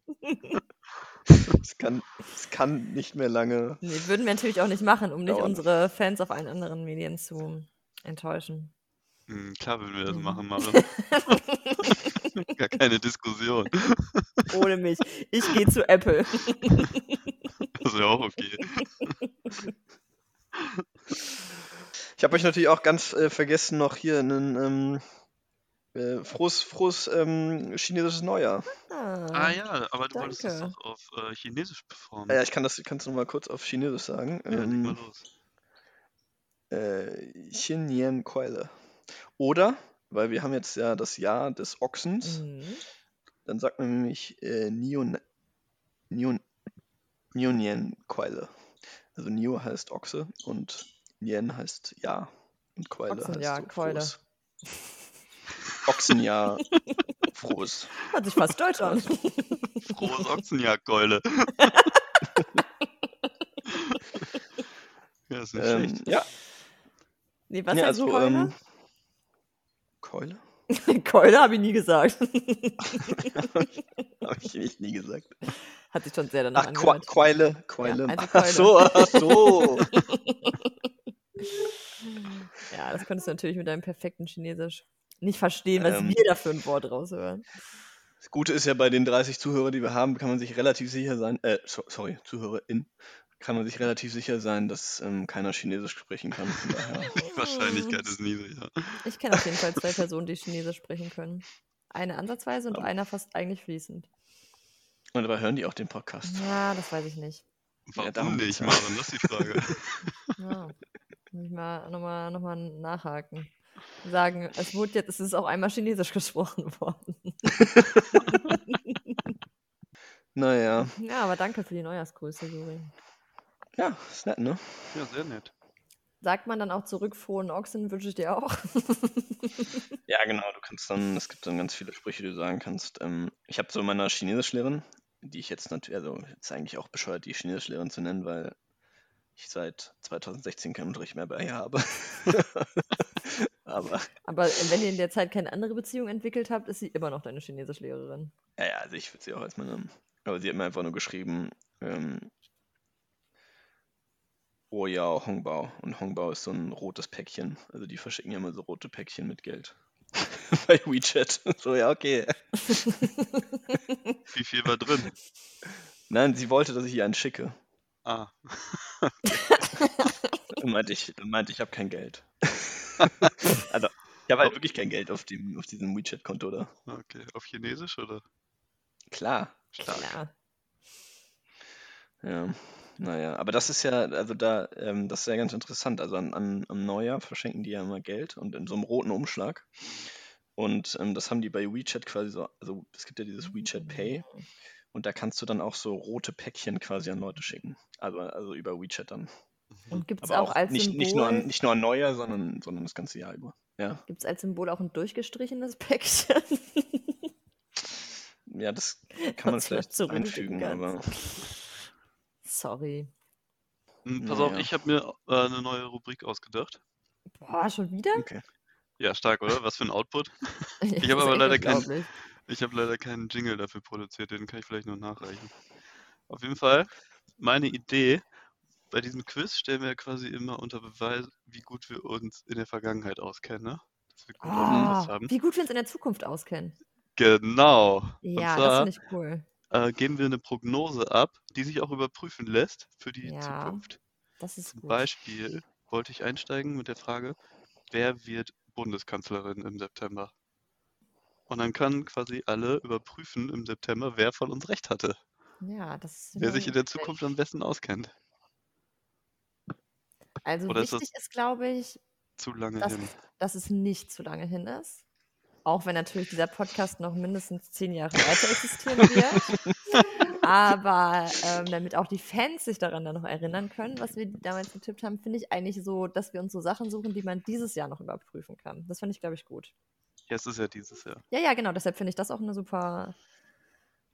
Es kann, es kann nicht mehr lange
Nee, würden wir natürlich auch nicht machen, um nicht
Dauern.
unsere Fans auf allen anderen Medien zu enttäuschen.
Hm, klar würden wir das
Mhm.
machen, Mario. Gar keine Diskussion.
Ohne mich. Ich gehe zu Apple.
Das wäre auch okay.
Ich habe euch natürlich auch ganz äh, vergessen, noch hier einen ähm, äh, frohes, frohes ähm, chinesisches Neujahr.
Ah ja, aber du wolltest das
danke.
doch auf äh, Chinesisch performen.
Ah Ja, ich kann das ich kann's nur mal kurz auf Chinesisch sagen.
Ja, leg mal
Ähm,
los.
äh, Xin Yan Keule. Oder, weil wir haben jetzt ja das Jahr des Ochsens,
Mhm.
dann sagt man nämlich äh, Nion, Nion, Nion Yan Keule. Also Nio heißt Ochse und Yan heißt Jahr. Und Keule
Ochsenjahr,
heißt so
Keule.
frohes. Ochsenjahr, frohes.
Hört sich fast deutsch an.
Frohes Ochsenjagdkeule. ja, ist nicht
Ähm,
schlecht.
ja,
Nee, was
ja,
heißt
also
Keule?
Keule?
Keule habe ich nie gesagt.
Habe ich nicht nie gesagt.
Hat sich schon sehr danach
Ach, Qua-
angehört.
Keule, Keule.
also
ach so, ach so.
Ja, das könntest du natürlich mit deinem perfekten Chinesisch nicht verstehen, was
Ähm.
wir da für ein Wort raushören.
Das Gute ist ja, bei den 30 Zuhörern, die wir haben, kann man sich relativ sicher sein, äh, so, sorry, ZuhörerIn, kann man sich relativ sicher sein, dass ähm, keiner Chinesisch sprechen kann. Von daher.
Die Wahrscheinlichkeit ist niedriger.
Hm. Ich kenne auf jeden Fall zwei Personen, die Chinesisch sprechen können. Eine ansatzweise und einer fast eigentlich fließend.
Und dabei hören die auch den Podcast.
Ja, das weiß ich nicht.
Warum
darum geht's
nicht,
ja.
Maren? Das ist die Frage.
Ja. Muss ich mal nochmal noch mal nachhaken. Sagen, es wurde jetzt, es ist auch einmal Chinesisch gesprochen worden.
Naja,
Ja, aber danke für die Neujahrsgrüße, Juri.
ja, ist nett, ne?
Ja, sehr nett.
Sagt man dann auch zurück, frohen Ochsen wünsche ich dir auch.
Ja, genau, du kannst dann, es gibt dann ganz viele Sprüche, die du sagen kannst. Ähm, ich habe so meiner Chinesischlehrerin, die ich jetzt natürlich, also ist eigentlich auch bescheuert, die Chinesischlehrerin zu nennen, weil ich seit 2016 keinen Unterricht mehr bei ihr habe. Aber,
Aber wenn ihr in der Zeit keine andere Beziehung entwickelt habt, ist sie immer noch deine Chinesischlehrerin.
ja, ja, also ich würde sie auch als meine. Aber sie hat mir einfach nur geschrieben, ähm, oh ja, Hongbao. Und Hongbao ist so ein rotes Päckchen. Also die verschicken ja immer so rote Päckchen mit Geld. bei WeChat. so, ja, okay.
Wie viel war drin?
Nein, sie wollte, dass ich ihr einen schicke.
Ah,
Dann meinte ich, dann meinte ich habe kein Geld. also, ich habe halt wirklich kein Geld auf, dem, auf diesem WeChat-Konto da.
okay. Auf Chinesisch oder?
Klar.
Klar.
Ja, naja, aber das ist ja, also da, ähm, das ist ja ganz interessant. Also an, an, am Neujahr verschenken die ja immer Geld und in so einem roten Umschlag. Und ähm, das haben die bei WeChat quasi so, also es gibt ja dieses WeChat Pay und da kannst du dann auch so rote Päckchen quasi an Leute schicken. Also, also über WeChat dann.
Und gibt es
Aber
auch, als
nicht,
Symbol,
nicht, nur an, nicht nur an Neujahr, sondern, sondern das ganze Jahr über. Ja,
gibt's als Symbol auch ein durchgestrichenes Päckchen?
ja das kann man
Was du
vielleicht einfügen,
zurücklegen kannst.
aber.
Sorry.
Hm, Pass
Naja.
auf, ich habe mir äh, eine neue Rubrik ausgedacht.
Boah, schon wieder?
Ja, stark, oder? Was für ein Output.
Ich
hab aber leider keinen-
keinen.
Ich habe leider keinen Jingle dafür produziert, den kann ich vielleicht noch nachreichen. Auf jeden Fall, meine Idee, bei diesem Quiz stellen wir quasi immer unter Beweis, wie gut wir uns in der Vergangenheit auskennen, ne? Dass wir gut aufgepasst
Ah,
haben.
wie gut wir uns in der Zukunft auskennen.
Genau. Und
Ja, das
zwar
finde ich cool.
äh, geben wir eine Prognose ab, die sich auch überprüfen lässt für die
Ja,
Zukunft.
Das ist
Zum
gut.
Beispiel wollte ich einsteigen mit der Frage, wer wird Bundeskanzlerin im September? Und dann können quasi alle überprüfen im September, wer von uns recht hatte.
Ja, das ist
Wer sich in der
schlecht.
Zukunft am besten auskennt.
Also
oder ist das-
wichtig ist, glaube ich,
Zu lange
Das-
hin.
dass es nicht zu lange hin ist. Auch wenn natürlich dieser Podcast noch mindestens zehn Jahre weiter existieren wird. Aber ähm, damit auch die Fans sich daran dann noch erinnern können, was wir damals getippt haben, finde ich eigentlich so, dass wir uns so Sachen suchen, die man dieses Jahr noch überprüfen kann. Das finde ich, glaube ich, gut.
Ja, es ist ja dieses Jahr.
Ja, ja, genau. Deshalb finde ich das auch eine super.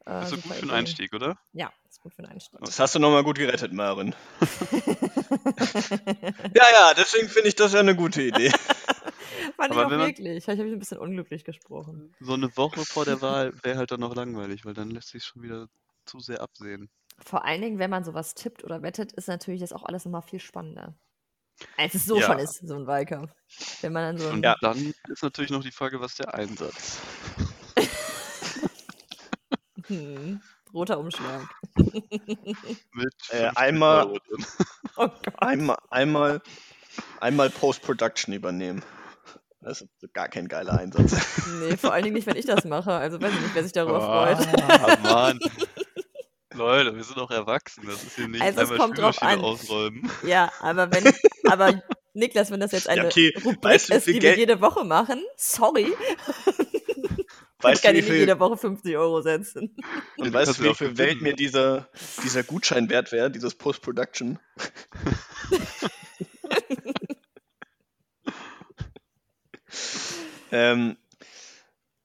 Äh,
Das ist Also
super
gut für einen
Idee.
Einstieg, oder?
Ja, ist gut für einen Einstieg.
Das hast du nochmal gut gerettet, Maren. Ja, ja, deswegen finde ich das ja eine gute Idee.
Fand ich
Aber
auch
wenn man-
wirklich. Ich habe mich ein bisschen unglücklich gesprochen.
So eine Woche vor der Wahl wäre halt dann noch langweilig, weil dann lässt sich schon wieder zu sehr absehen.
Vor allen Dingen, wenn man sowas tippt oder wettet, ist natürlich das auch alles nochmal viel spannender. Als es so
Ja.
schon ist, so ein Wahlkampf. Wenn man dann so ein.
Und
Ja.
dann ist natürlich noch die Frage, was ist der Einsatz?
Hm, roter Umschlag.
Mit
Äh,
50
einmal-
Euro drin.
Oh Gott.
Einmal, einmal, einmal Post-Production übernehmen. Das ist so gar kein geiler Einsatz.
Nee, vor allen Dingen nicht, wenn ich das mache. Also weiß ich nicht, wer sich darüber
Oh.
freut.
Ah, Mann. Leute, wir sind auch erwachsen. Das ist hier nicht
Also es
einmal
kommt drauf
Spülmaschine
an.
ausräumen.
Ja, aber wenn. Aber Niklas, wenn das jetzt eine
okay,
Rubrik
weißt du, wie
ist,
viel
die wir
Geld-
jede Woche machen, sorry,
Weißt du,
kann
wie
ich mir
viel,
jede Woche 50 Euro setzen.
und weißt
Kannst
du,
du
wie
auch
viel
gewinnen.
Welt mir dieser, dieser Gutschein wert wäre, dieses Post-Production? ähm,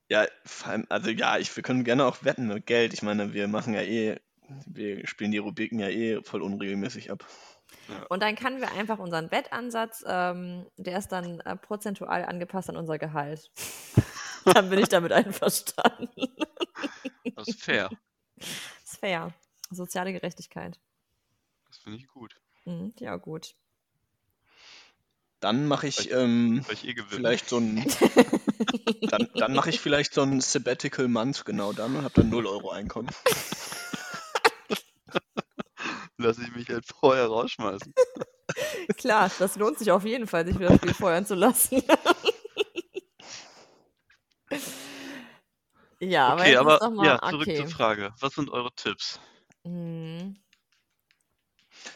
ja, vor allem, also ja, ich, wir können gerne auch wetten mit Geld. Ich meine, wir machen ja eh, wir spielen die Rubriken ja eh voll unregelmäßig ab.
Und dann können wir einfach unseren Wettansatz, ähm, der ist dann äh, prozentual angepasst an unser Gehalt. dann bin ich damit einverstanden.
Das ist fair.
Ist fair. Soziale Gerechtigkeit.
Das finde ich gut.
Mhm, ja, gut.
Dann mache ich
Vielleicht-
ähm,
Weil ich eh gewinne.
vielleicht so ein. Dann, dann mache ich vielleicht so ein Sabbatical Month genau dann und habe dann 0 Euro Einkommen.
lasse ich mich halt vorher rausschmeißen.
Klar, das lohnt sich auf jeden Fall, sich wieder viel feuern zu lassen. ja,
okay, aber
aber jetzt ist doch mal,
ja, zurück
okay.
zur Frage. Was sind eure Tipps?
Mhm.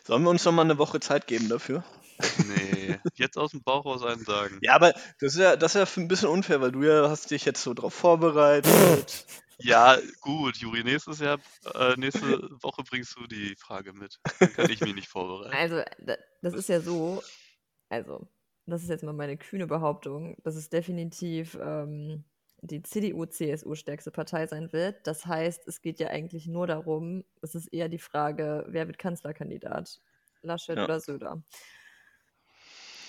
Sollen wir uns noch mal eine Woche Zeit geben dafür?
Nee, jetzt aus dem Bauch raus einen sagen.
Ja, aber das ist ja, das ist ja ein bisschen unfair, weil du ja hast dich jetzt so drauf vorbereitet.
Ja, gut, Juri, nächstes Jahr, äh, nächste Woche bringst du die Frage mit. Dann kann ich mich nicht vorbereiten.
Also, da- das ist ja so, also, das ist jetzt mal meine kühne Behauptung, dass es definitiv ähm, die CDU-CSU stärkste Partei sein wird. Das heißt, es geht ja eigentlich nur darum, es ist eher die Frage, wer wird Kanzlerkandidat? Laschet
Ja.
oder Söder?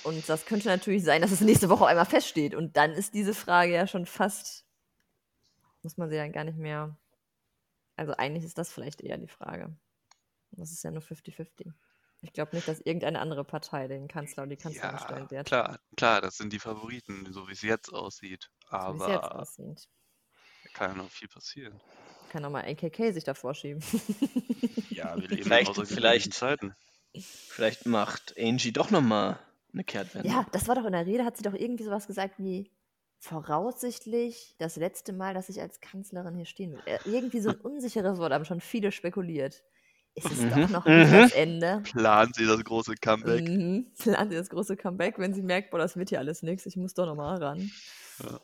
Und das könnte natürlich sein, dass es nächste Woche einmal feststeht. Und dann ist diese Frage ja schon fast, muss man sie dann gar nicht mehr. Also eigentlich ist das vielleicht eher die Frage. Das ist ja nur 50-50. Ich glaube nicht, dass irgendeine andere Partei den Kanzler oder die Kanzlerin stellen wird.
klar, klar, das sind die Favoriten, so wie es jetzt aussieht.
So wie es jetzt
Aber
aussieht.
kann ja noch viel passieren.
Kann auch mal AKK sich davor schieben.
Ja, wir leben
Vielleicht-
in außergewöhnlichen
vielleicht-
Zeiten.
Vielleicht macht Angie doch nochmal eine Kehrtwende.
Genau.
ja, das war doch in der Rede, hat sie doch irgendwie sowas gesagt wie voraussichtlich das letzte Mal, dass ich als Kanzlerin hier stehen will. Äh, Irgendwie so ein unsicheres Wort, haben schon viele spekuliert. Ist es
Mhm.
doch noch nicht
Mhm.
das Ende?
Planen Sie das große Comeback.
Mhm. Plant ihr das große Comeback, wenn sie merkt, boah, das wird hier alles nichts, ich muss doch nochmal ran.
Ja.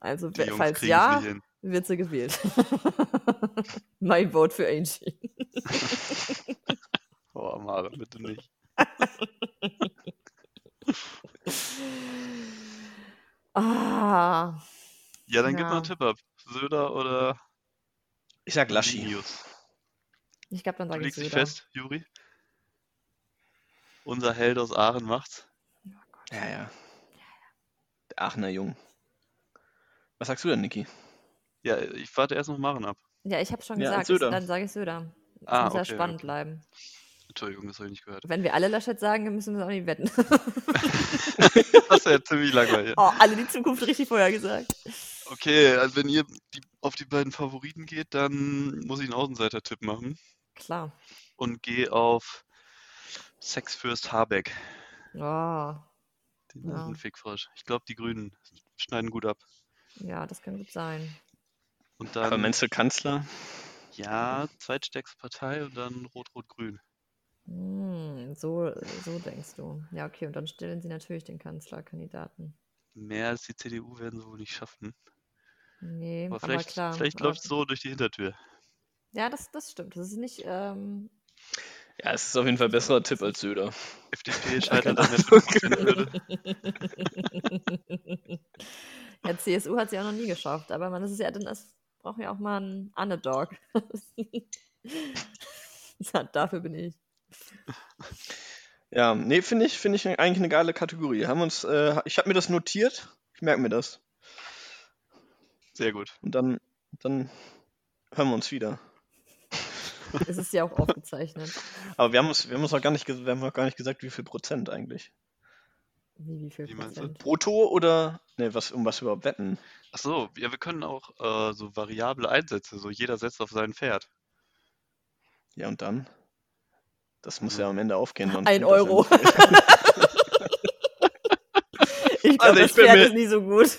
Also,
Die
wer-
Jungs
falls
kriegen's
ja,
nicht hin.
wird sie gewählt. mein Vote für Angie.
Oh, Amara, bitte nicht.
Ah,
Ja, dann gib mal
Ja.
einen Tipp ab. Söder oder
Ich sag Laschi.
News.
ich glaube, dann
Du
sage ich
legst dich
Söder.
fest, Juri. Unser Held aus Aachen macht's.
Ja, ja. Der Aachener Jung. Was sagst du denn, Niki?
Ja, ich warte erst noch Maren ab.
Ja, ich habe schon
Ja,
gesagt,
Söder.
dann sage ich Söder. Das
Ah,
muss ja
okay,
spannend
okay.
bleiben.
Entschuldigung, das habe ich nicht gehört.
Wenn wir alle Laschet sagen, dann müssen wir es auch nicht wetten.
Das ist ja ziemlich langweilig.
oh, alle die Zukunft richtig vorher gesagt.
Okay, also wenn ihr die, auf die beiden Favoriten geht, dann muss ich einen Außenseiter-Tipp machen
Klar.
und gehe auf Sexfürst Habeck,
Oh,
den
Ja.
alten Fickfrosch. Ich glaube, die Grünen schneiden gut ab.
ja, das kann gut sein.
Und
Aber
dann,
meinst du Kanzler?
ja, zweitstärkste Partei und dann Rot-Rot-Grün.
Hm, so, so denkst du. Ja, okay, und dann stellen sie natürlich den Kanzlerkandidaten.
Mehr als die CDU werden sie wohl nicht schaffen.
Nee,
Aber
aber,
vielleicht,
klar.
vielleicht
aber-
läuft es so durch die Hintertür.
Ja, das, das stimmt. Das ist nicht. Ähm,
Ja, es ist auf jeden Fall ein besserer Tipp als Söder.
FDP scheitert
keine
Genau.
an der
Ahnung.
5%-Hürde.
ja, CSU hat sie auch noch nie geschafft, aber man das ist ja, dann das braucht ja auch mal einen Underdog. Ja, Dafür bin ich.
Ja, nee, finde ich, finde ich eigentlich eine geile Kategorie. Haben uns, äh, ich habe mir das notiert. Ich merke mir das.
Sehr gut.
Und dann, dann hören wir uns wieder.
Es ist ja auch aufgezeichnet.
Aber wir haben uns, wir haben uns noch gar nicht, ge- wir haben noch gar nicht gesagt, wie viel Prozent eigentlich.
Wie, wie viel
Wie meinst du?
Prozent?
Brutto oder? Ne, was, um was wir überhaupt wetten?
Ach so, ja, wir können auch äh, so variable Einsätze, so jeder setzt auf sein Pferd.
Ja, und dann? Das muss ja am Ende aufgehen. sonst
Ein
bringt das ja
Euro.
nicht viel.
Ich glaube,
Also ich
das
bin
Pferd
mir-
ist nie so gut.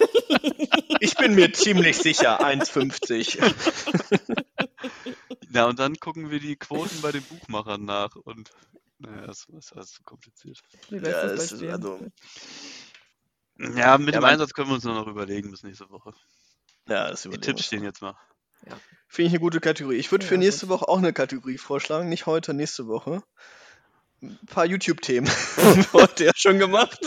Ich bin mir ziemlich sicher, 1,50.
Na, und dann gucken wir die Quoten bei den Buchmachern nach und naja, das ist alles zu kompliziert.
Wie bei
Ja, es ist
Fußballspielen.
also,
Ja, mit
Ja,
dem
man-
Einsatz können wir uns nur noch überlegen bis nächste Woche.
ja, das
Die
überlegen wir
Tipps
uns.
stehen jetzt mal.
Finde ich eine gute Kategorie. Ich würde
Ja,
für nächste
gut.
Woche auch eine Kategorie vorschlagen. Nicht heute, nächste Woche. Ein paar YouTube-Themen. Wurde ja schon gemacht.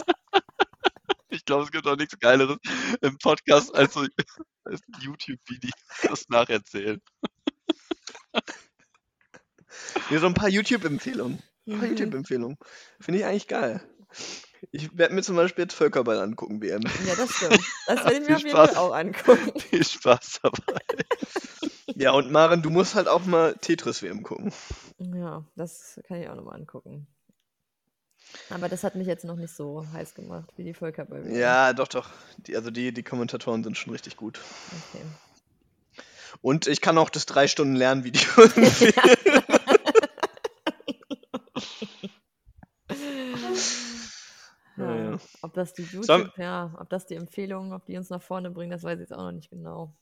Ich glaube, es gibt auch nichts Geileres im Podcast als so als YouTube-Videos, das nacherzählen.
Hier so ein paar YouTube-Empfehlungen. Ein paar
Mhm.
YouTube-Empfehlungen. Finde ich eigentlich geil. Ich werde mir zum Beispiel jetzt Völkerball angucken, WM.
Ja, das stimmt. Das werde ich mir
Viel
auf jeden
Spaß.
Fall auch angucken.
Viel Spaß dabei.
Ja, und Maren, du musst halt auch mal Tetris-WM gucken.
Ja, das kann ich auch nochmal angucken. Aber das hat mich jetzt noch nicht so heiß gemacht wie die Völkerball.
Ja, doch, doch. Die, also die, die Kommentatoren sind schon richtig gut.
Okay.
Und ich kann auch das 3-Stunden-Lernvideo empfehlen. Ja,
Ja,
ja.
Ähm, Ob das die
Sollen-
YouTube, ja, ob das die Empfehlungen, ob die uns nach vorne bringen, das weiß ich jetzt auch noch nicht genau.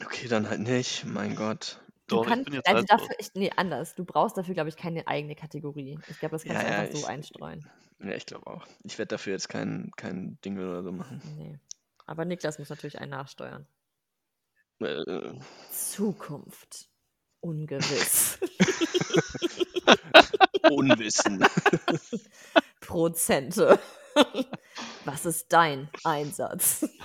Okay, dann halt nicht. Mein Gott.
Doch,
du
ich
kannst,
bin jetzt halt
also
reizlos.
dafür, ich, nee, anders. Du brauchst dafür, glaube ich, keine eigene Kategorie. Ich glaube, das kannst
Ja,
du
ja,
einfach so
ich-
einstreuen.
Ja, ich glaube auch. Ich werde dafür jetzt kein, kein Ding oder so machen.
Nee. Aber Niklas muss natürlich einen nachsteuern.
Äh,
Zukunft. Ungewiss.
Unwissen.
Prozente. Was ist dein Einsatz?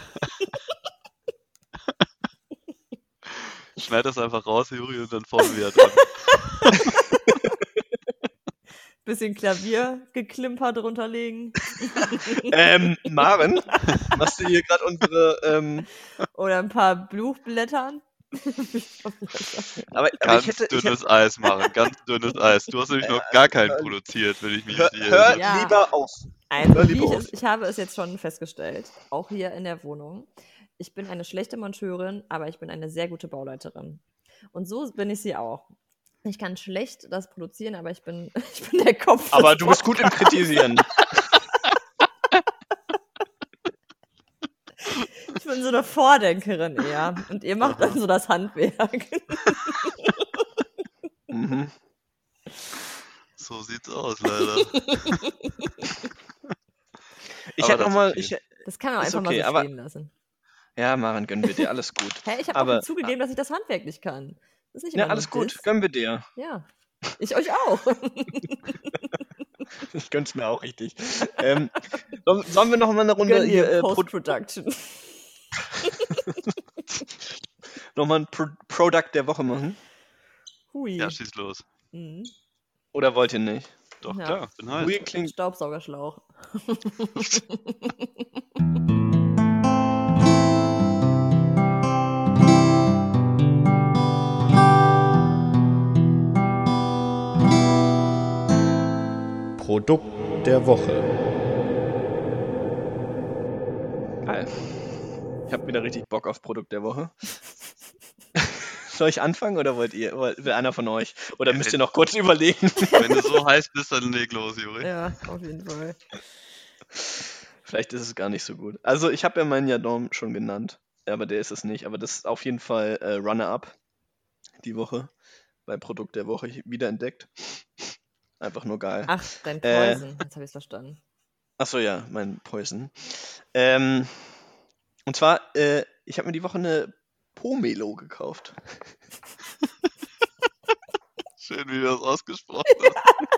Schneid das einfach raus, Juri, und dann vorne wieder dran.
Bisschen Klaviergeklimper drunter legen
Ähm, Maren, machst du hier gerade unsere. Ähm,
oder ein paar Bluchblättern.
aber, aber
Ganz
ich hätte. Ich hätte
dünnes Eis machen, ganz dünnes Eis. Du hast nämlich noch gar
Äh,
keinen produziert, wenn ich mich
hör
richtig
hör
erinnere.
Ja.
lieber auf.
Also,
Hör
wie
lieber
ich,
auf.
es, ich habe es jetzt schon festgestellt, auch hier in der Wohnung. Ich bin eine schlechte Monteurin, aber ich bin eine sehr gute Bauleiterin. Und so bin ich sie auch. Ich kann schlecht das produzieren, aber ich bin, ich bin der Kopf. des
Aber du bist gut im Kritisieren.
Ich bin so eine Vordenkerin eher. Und ihr macht dann so das Handwerk.
Mhm.
So sieht's aus, leider.
Ich hätte
Aber das ist
nochmal.
okay.
Das kann man
Ist
einfach
okay,
mal so
aber-
stehen lassen.
Ja, Maren, gönnen wir dir. Alles gut.
Hä, ich habe
aber-
auch zugegeben, dass ich das Handwerk nicht kann. Das ist nicht
Ja,
immer
alles
ein
gut.
Diss.
Gönnen wir dir.
Ja. Ich euch auch.
Ich gönn's mir auch richtig. ähm, sollen sollen wir nochmal eine Runde
Gönn
hier.
ihr
Äh, Pro,
Post-Production.
nochmal ein Pro Product der Woche machen?
Hui.
Ja, schieß los.
Mhm.
Oder wollt ihr nicht?
Doch,
Ja.
klar, bin heiß.
Ui, klingt.
Staubsaugerschlauch.
Produkt der Woche.
Geil. Ich habe wieder richtig Bock auf Produkt der Woche. Soll ich anfangen oder wollt ihr? Will einer von euch? Oder müsst ihr noch kurz überlegen?
Wenn du so heiß bist, dann leg los, Juri.
Ja, auf jeden Fall.
Vielleicht ist es gar nicht so gut. Also ich habe ja meinen Yadom schon genannt, aber der ist es nicht. Aber das ist auf jeden Fall äh, Runner-Up die Woche. Bei Produkt der Woche wiederentdeckt. Einfach nur geil.
Ach, dein
Äh.
Poison. Jetzt habe ich es verstanden.
Achso, ja, mein Poison. Ähm, und zwar, äh, ich habe mir die Woche eine Pomelo gekauft.
Schön, wie du das ausgesprochen hast.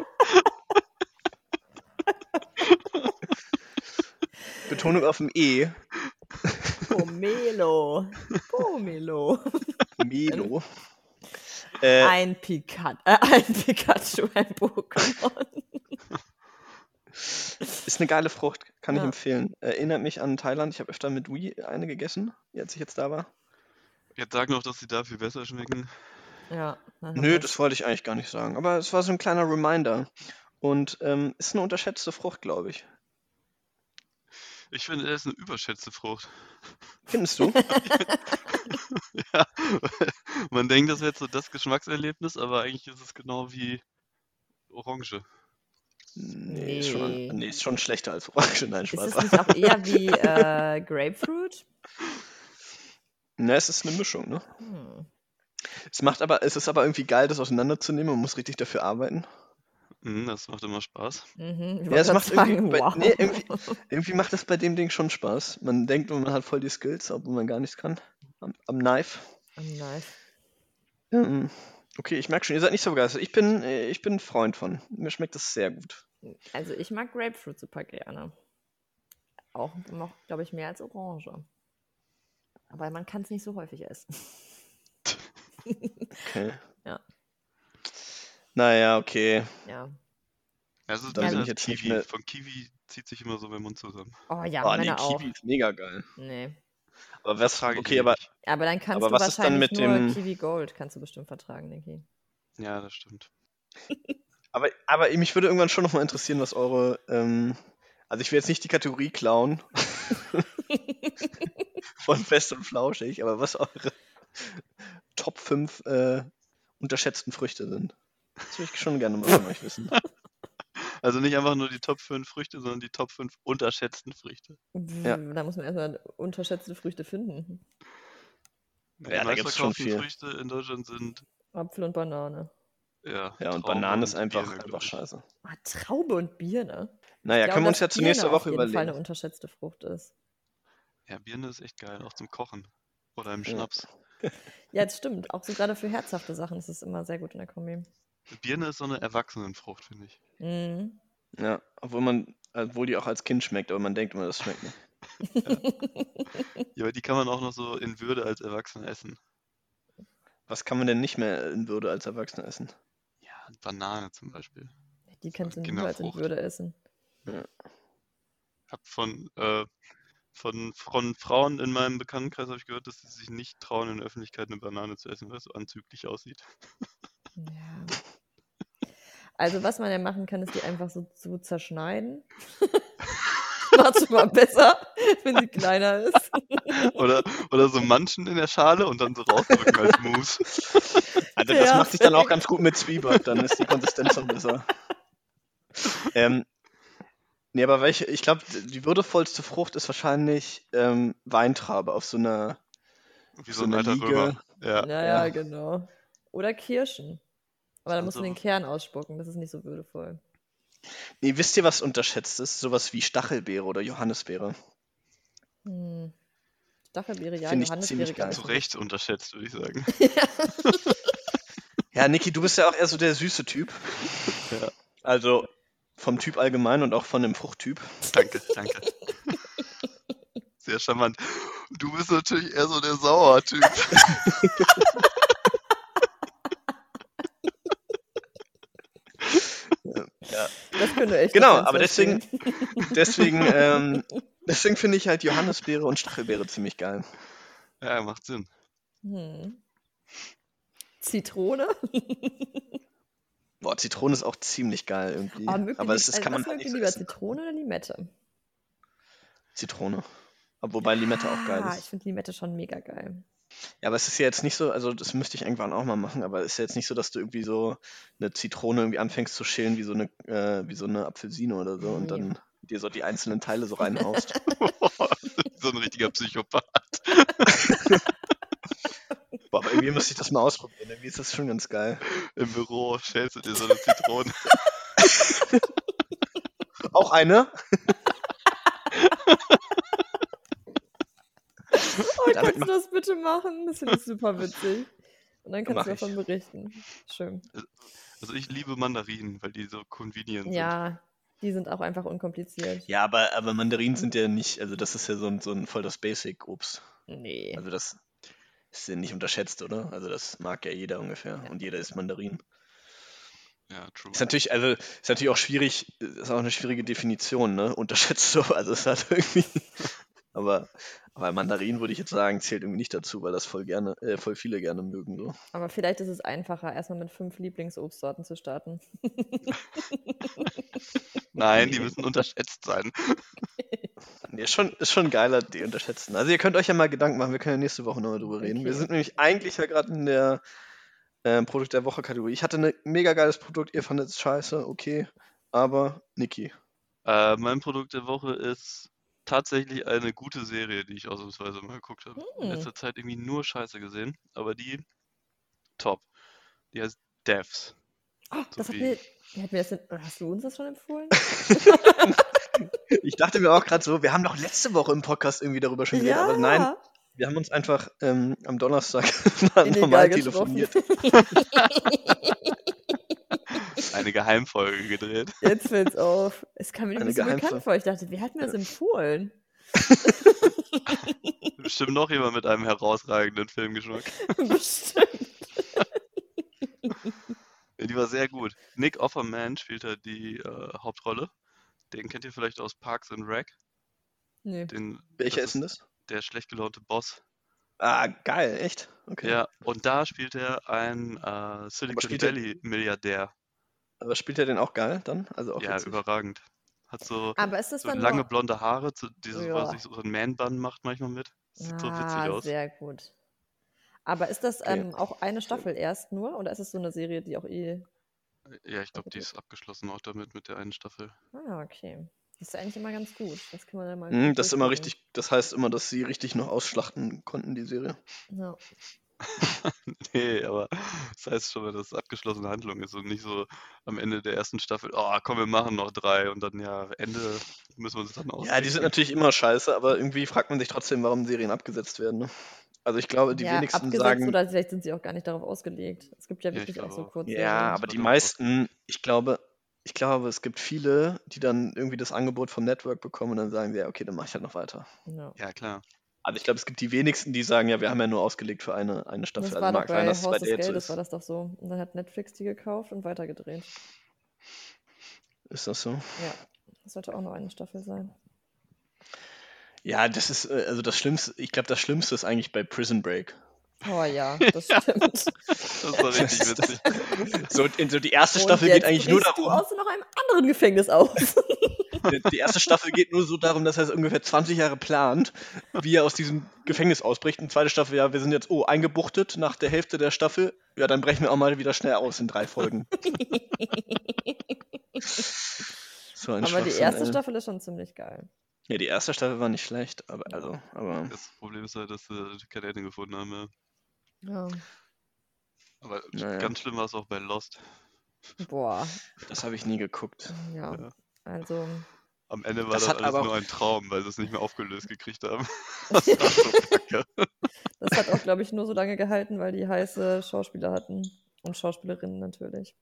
Betonung auf dem E.
Pomelo. Pomelo.
Melo. Äh,
Ein Pikachu. Äh, ein Pikachu, ein Pokémon.
Ist eine geile Frucht, kann ich
Ja.
empfehlen. Erinnert mich an Thailand. Ich habe öfter mit Wii eine gegessen, als ich jetzt da war.
Jetzt sag noch, dass die da viel besser schmecken.
Ja. dann haben
Nö,
wir-
das wollte ich eigentlich gar nicht sagen. Aber es war so ein kleiner Reminder. Und ähm, ist eine unterschätzte Frucht, glaube ich.
Ich finde, das ist eine überschätzte Frucht.
Findest du?
Ja, man denkt, das wäre jetzt so das Geschmackserlebnis, aber eigentlich ist es genau wie Orange.
nee, ist schon,
Nee.
nee, ist schon schlechter als Orange. Nein,
Ist
Spaß.
es nicht auch eher wie äh, Grapefruit?
Na, es ist eine Mischung, ne?
Hm.
Es macht aber, es ist aber irgendwie geil, das auseinanderzunehmen. Man muss richtig dafür arbeiten.
Mhm, das macht immer Spaß.
Mhm. Ich
Ja,
wollte
es
grad
macht irgendwie bei-
wow.
nee, irgendwie- Irgendwie macht das bei dem Ding schon Spaß. Man denkt, man hat voll die Skills, obwohl man gar nichts kann. Am, am Knife.
Oh, nice.
Ähm, Okay, ich merke schon, ihr seid nicht so begeistert. Ich bin, äh, ich bin ein Freund von. Mir schmeckt das sehr gut.
Also ich mag Grapefruit super gerne. Auch noch, glaube ich, mehr als Orange. Aber man kann es nicht so häufig essen.
Okay.
Ja.
Naja, okay.
Ja.
Ja, es ist
Da bin
besser
ich
als
jetzt nicht
Kiwi.
mehr-
Von Kiwi zieht sich immer so mein Mund zusammen.
Oh ja,
oh, nee,
meine auch.
Kiwi ist mega geil.
Nee.
Aber was
Trage ich
Okay, aber
nicht.
Aber dann kannst
Aber
du
was ist dann
wahrscheinlich
mit
nur
dem-
Kiwi Gold kannst du bestimmt vertragen, Niki.
Ja, das stimmt.
Aber, aber mich würde irgendwann schon nochmal interessieren, was eure. Ähm, also, ich will jetzt nicht die Kategorie klauen. Von fest und flauschig, aber was eure Top 5 äh, unterschätzten Früchte sind. Das würde ich schon gerne mal von euch wissen.
Also nicht einfach nur die Top 5 Früchte, sondern die Top 5 unterschätzten Früchte.
Ja.
Da muss man erstmal unterschätzte Früchte finden.
Die
Ja, da gibt's schon
meistverkauften
viel.
Früchte in Deutschland sind,
Apfel und Banane.
ja.
Ja, und
Trauben
Bananen ist
und
einfach,
Birne, glaub
einfach
ich.
scheiße.
Ah, Traube und Birne.
Naja,
Ich
können wir
glaube,
uns ja
dass
zur nächsten
Birne
Woche
auf jeden Fall eine
überlegen.
unterschätzte Frucht ist.
Ja, Birne ist echt geil, auch zum Kochen. Oder im
Ja.
Schnaps.
Ja, das stimmt. Auch so gerade für herzhafte Sachen ist es immer sehr gut in der Kombi.
Birne ist so eine Erwachsenenfrucht, finde ich.
Mhm.
Ja, obwohl man, obwohl die auch als Kind schmeckt, aber man denkt immer, das schmeckt nicht.
Ja, aber die kann man auch noch so in Würde als Erwachsener essen.
Was kann man denn nicht mehr in Würde als Erwachsener essen?
Ja, Banane zum Beispiel.
Die kannst du
So,
Genau,
nur als in
Kinderfrucht.
Würde essen.
Hab von, äh, von, von Frauen in meinem Bekanntenkreis habe ich gehört, dass sie sich nicht trauen, in der Öffentlichkeit eine Banane zu essen, weil es so anzüglich aussieht.
Ja. Also, was man ja machen kann, ist die einfach so zu zerschneiden. Macht's schon mal besser, wenn sie kleiner ist.
Oder, oder so manchen in der Schale und dann so rausdrücken als Mousse.
Also das
Ja.
macht sich dann auch ganz gut mit Zwiebeln, dann ist die Konsistenz dann besser. Ähm, nee, aber welche, ich glaube, die würdevollste Frucht ist wahrscheinlich ähm, Weintraube auf so einer.
Wie
So
so ein
eine
alter
Liege.
Römer. Ja.
Naja,
ja.
genau. Oder Kirschen. Aber da musst du
Also-
den Kern ausspucken, das ist nicht so würdevoll.
Nee, wisst ihr, was unterschätzt ist? Sowas wie Stachelbeere oder Johannisbeere.
Hm. Stachelbeere, ja,
Find ich
Johannisbeere,
ziemlich geil.
Zu Recht unterschätzt, würde ich sagen.
Ja, Niki, du bist ja auch eher so der süße Typ.
Ja.
Also vom Typ allgemein und auch von dem Fruchttyp.
Danke, danke. Sehr charmant. Du bist natürlich eher so der Sauer-Typ.
Das können wir echt
Genau,
noch ganz
aber
verstehen.
Deswegen, ähm, deswegen finde ich halt Johannisbeere und Stachelbeere ziemlich geil.
Ja, macht Sinn.
Hm. Zitrone?
Boah, Zitrone ist auch ziemlich geil irgendwie.
Ah, mögt ihr
aber
die-
es ist,
also
kann man
was
halt nicht
mögt ihr
so
lieber,
essen.
Zitrone oder Limette?
Zitrone. Aber wobei Limette auch geil
Ah, ich
ist.
finde Limette schon mega geil.
Ja, aber es ist ja jetzt nicht so, also das müsste ich irgendwann auch mal machen, aber es ist ja jetzt nicht so, dass du irgendwie so eine Zitrone irgendwie anfängst zu schälen wie so eine, äh, wie so eine Apfelsine oder so und
Nee.
dann dir so die einzelnen Teile so reinhaust.
so ein richtiger Psychopath.
Boah, aber irgendwie müsste ich das mal ausprobieren. Irgendwie ist das schon ganz geil.
Im Büro schälst du dir so eine Zitrone.
Auch eine?
Oh,
Damit
kannst du
mach-
das bitte machen? Das finde ich super witzig. Und dann kannst
mach
du
ich.
davon berichten. Schön.
Also ich liebe Mandarinen, weil die so convenient sind.
Ja, die sind auch einfach unkompliziert.
Ja, aber, aber Mandarinen sind ja nicht, also das ist ja so ein, so ein voll das Basic-Obst.
Nee.
Also das ist ja nicht unterschätzt, oder? Also das mag ja jeder ungefähr und jeder isst Mandarinen.
Ja, true.
Ist natürlich, also ist natürlich auch schwierig, ist auch eine schwierige Definition, ne? Unterschätzt so, also ist halt irgendwie. Aber, aber Mandarinen würde ich jetzt sagen, zählt irgendwie nicht dazu, weil das voll gerne, äh, voll viele gerne mögen. So.
Aber vielleicht ist es einfacher, erstmal mit fünf Lieblingsobstsorten zu starten.
Nein, die müssen unterschätzt sein.
Nee, ist schon, ist schon geiler, die unterschätzen. Also ihr könnt euch ja mal Gedanken machen, wir können ja nächste Woche nochmal drüber reden. Wir
Okay.
sind nämlich eigentlich ja gerade in der äh, Produkt der Woche Kategorie. Ich hatte ein mega geiles Produkt, ihr fandet es scheiße, okay. Aber Niki.
Äh, mein Produkt der Woche ist tatsächlich eine gute Serie, die ich ausnahmsweise mal geguckt habe. In
Hm.
letzter Zeit irgendwie nur Scheiße gesehen, aber die top. Die heißt Devs.
Oh, das hat
wie-
mir, hat mir das denn, oder hast du uns das schon empfohlen?
Ich dachte mir auch gerade so, wir haben doch letzte Woche im Podcast irgendwie darüber schon geredet, aber nein, Wir haben uns einfach ähm, am Donnerstag
illegal
normal
getroffen.
telefoniert.
Eine Geheimfolge gedreht.
Jetzt fällt's auf. Es kam mir
Eine
nicht so
Geheimfall-
bekannt vor. Ich dachte, wer hat mir das empfohlen?
Bestimmt noch jemand mit einem herausragenden Filmgeschmack.
Bestimmt.
Ja, Die war sehr gut. Nick Offerman spielt da die äh, Hauptrolle. Den kennt ihr vielleicht aus Parks and Rec.
Nee.
Den,
Welcher
das
ist denn das?
Der schlecht gelaunte Boss.
Ah, geil, echt? Okay.
Ja, und da spielt er einen äh, Silicon
spielt er-
Valley Milliardär.
Aber spielt er den auch geil dann? Also auch
Ja,
witzig.
überragend. Hat so,
Aber ist das
so
dann
lange
nur...
blonde Haare, zu, diese, was
Ja.
ich so so ein Man-Bun macht manchmal mit. Sieht so witzig
Ah,
aus.
sehr gut. Aber ist das
Okay.
ähm, auch eine Staffel erst nur? Oder ist es so eine Serie, die auch eh...
Ja, ich glaube, die
gut.
ist abgeschlossen auch damit mit der einen Staffel.
Ah, okay. Das ist eigentlich immer ganz gut. Das kann man dann mal...
Hm,
gut
das ist immer
durchgucken.
richtig, das heißt immer, dass sie richtig noch ausschlachten konnten, die Serie.
Ja.
Nee, aber das heißt schon mal, dass es abgeschlossene Handlung ist und nicht so am Ende der ersten Staffel, oh komm, wir machen noch drei und dann ja, Ende müssen wir uns dann
Ja, die sind
ausdenken.
natürlich immer scheiße, aber irgendwie fragt man sich trotzdem, warum Serien abgesetzt werden. Ne? Also ich glaube, die
ja,
wenigsten
abgesetzt
sagen.
oder vielleicht sind sie auch gar nicht darauf ausgelegt. Es gibt ja
Ja, ich
wirklich auch so
glaube auch.
kurze.
Ja,
das
aber
war
die
doch-
meisten, ich glaube, ich glaube, es gibt viele, die dann irgendwie das Angebot vom Network bekommen und dann sagen, ja, okay, dann mache ich halt noch weiter.
Ja.
Ja, klar.
Aber Also ich glaube, es gibt die wenigsten, die sagen, ja, wir haben ja nur ausgelegt für eine, eine Staffel.
Das war doch
also mag
bei
dass es
Haus des
dir jetzt so
Geldes,
ist.
war das doch so. Und dann hat Netflix die gekauft und weitergedreht.
Ist das so?
Ja, das sollte auch noch eine Staffel sein.
Ja, das ist, äh, also das Schlimmste, ich glaube, das Schlimmste ist eigentlich bei Prison Break.
Oh ja, das stimmt.
Das war richtig witzig.
So, in, so die erste
Und
Staffel
jetzt
geht eigentlich nur
brichst
darum.
du aus noch einem anderen Gefängnis auf.
Die erste Staffel geht nur so darum, dass er es ungefähr 20 Jahre plant, wie er aus diesem Gefängnis ausbricht. Und zweite Staffel, ja, wir sind jetzt, oh, eingebuchtet nach der Hälfte der Staffel. Ja, dann brechen wir auch mal wieder schnell aus in drei Folgen. So ein
Aber die
Schwachsinn,
erste
ey.
Staffel ist schon ziemlich geil.
Ja, die erste Staffel war nicht schlecht, aber also, aber.
Das Problem ist halt, dass wir keine Ende gefunden haben. Ja.
Ja.
Aber
Naja.
ganz schlimm war es auch bei Lost.
Boah,
Das habe ich nie geguckt.
ja.
Ja.
Also,
Am Ende war
Das
das,
hat
alles
aber auch-
nur ein Traum, weil sie es nicht mehr aufgelöst gekriegt haben. Das war so kacke.
das hat auch, glaube ich, nur so lange gehalten, weil die heiße Schauspieler hatten. Und Schauspielerinnen natürlich.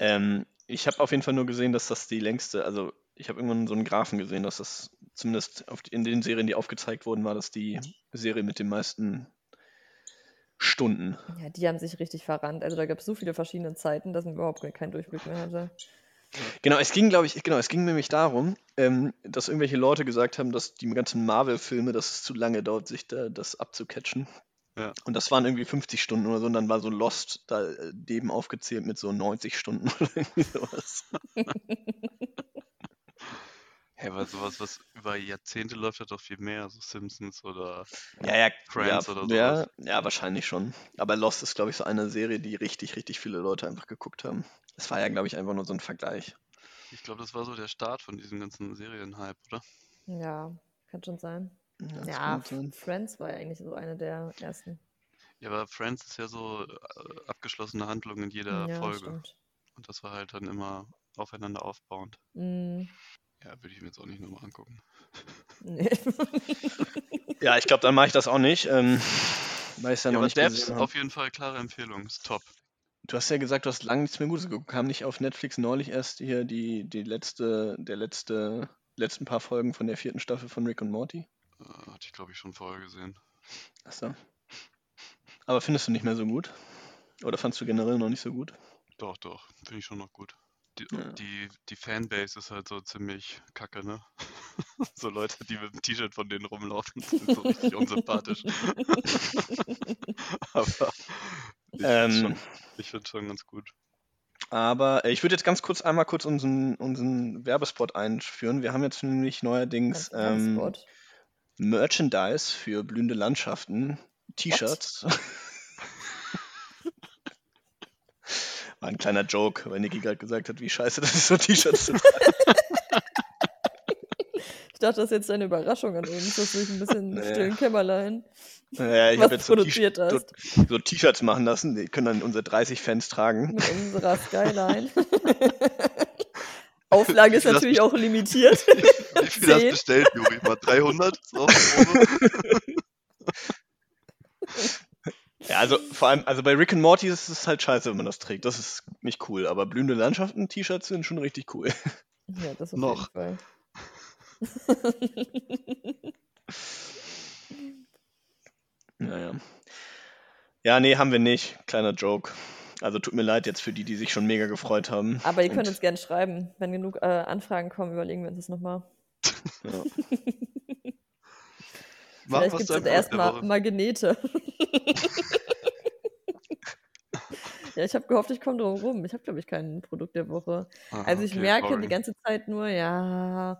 Ähm, ich habe auf jeden Fall nur gesehen, dass das die längste, also ich habe irgendwann so einen Graphen gesehen, dass das zumindest auf, in den Serien, die aufgezeigt wurden, war das die Serie mit den meisten Stunden.
Ja, die haben sich richtig verrannt. Also da gab es so viele verschiedene Zeiten, dass man überhaupt keinen Durchblick mehr hatte.
Genau, es ging, glaube ich, genau, es ging nämlich darum, ähm, dass irgendwelche Leute gesagt haben, dass die ganzen Marvel-Filme, dass es zu lange dauert, sich da das abzucatchen.
Ja.
Und das waren irgendwie 50 Stunden oder so, und dann war so Lost da äh, neben aufgezählt mit so 90 Stunden oder irgendwie sowas.
Ja, weil sowas, was über Jahrzehnte läuft, hat doch viel mehr. So Simpsons oder.
Ja, ja,
Friends
ja,
oder
ja,
sowas.
ja, wahrscheinlich schon. Aber Lost ist, glaube ich, so eine Serie, die richtig, richtig viele Leute einfach geguckt haben. Es war ja, glaube ich, einfach nur so ein Vergleich.
Ich glaube, das war so der Start von diesem ganzen Serienhype, oder?
Ja, kann schon sein.
das
Ja,
kann sein.
Friends war ja eigentlich so eine der ersten.
Ja, aber Friends ist ja so äh, abgeschlossene Handlung in jeder Folge.
stimmt.
Und das war halt dann immer aufeinander aufbauend.
Mm,
Ja, würde ich mir jetzt auch nicht nochmal angucken.
nee.
ja ich glaube, dann mache ich das auch nicht. Ähm, weil ich ja,
Ja,
noch
aber
nicht
Debs,
gesehen habe.
auf jeden Fall klare Empfehlung. Ist top.
Du hast ja gesagt, du hast lange nichts mehr Gutes geguckt. Kam nicht auf Netflix neulich erst hier die, die letzte, der letzte, letzten paar Folgen von der vierten Staffel von Rick und Morty?
Äh, hatte ich, glaube ich, schon vorher gesehen.
Achso. Aber findest du nicht mehr so gut? Oder fandst du generell noch nicht so gut?
Doch, doch. Finde ich schon noch gut. Die,
Ja.
die, die Fanbase ist halt so ziemlich kacke, ne? so Leute, die mit dem T-Shirt von denen rumlaufen, sind so richtig unsympathisch. Aber ich finde
Ähm.
schon, ich find's schon ganz gut.
Aber äh, ich würde jetzt ganz kurz einmal kurz unseren, unseren Werbespot einführen. Wir haben jetzt nämlich neuerdings ähm,
Sport.
Merchandise für blühende Landschaften, T-Shirts. War ein kleiner Joke, weil Niki gerade gesagt hat, wie scheiße das ist, so T-Shirts zu tragen.
Ich dachte, das ist jetzt eine Überraschung an uns, dass ich ein bisschen
Nee.
stillen Kämmerlein
Naja, ich
was
habe jetzt so
produziert
T-Shirts so,
hast
so T-Shirts machen lassen, die können dann unsere 30 Fans tragen.
mit unserer Skyline. Auflage ist
Lass
natürlich auch limitiert.
Wie viel hast du
Zehn.
bestellt, Juri? Mal 300? So, auf die Probe?
Ja, also vor allem, also bei Rick and Morty ist es halt scheiße, wenn man das trägt. Das ist nicht cool, aber blühende Landschaften, T-Shirts sind schon richtig cool.
Ja, das auf
Noch.
jeden Fall.
Naja. Ja, nee, haben wir nicht. Kleiner Joke. Also tut mir leid jetzt für die, die sich schon mega gefreut haben.
Aber ihr könnt
Und,
uns gerne schreiben. Wenn genug äh, Anfragen kommen, überlegen wir uns das nochmal.
ja.
Mach
Vielleicht
was zu
gibt
einem
es
Produkt der
erstmal
Woche.
Magnete. ja, ich habe gehofft, ich komme drum rum. Ich habe, glaube ich, kein Produkt der Woche.
Ah,
Also ich
okay,
merke die
boring.
ganze Zeit nur, ja.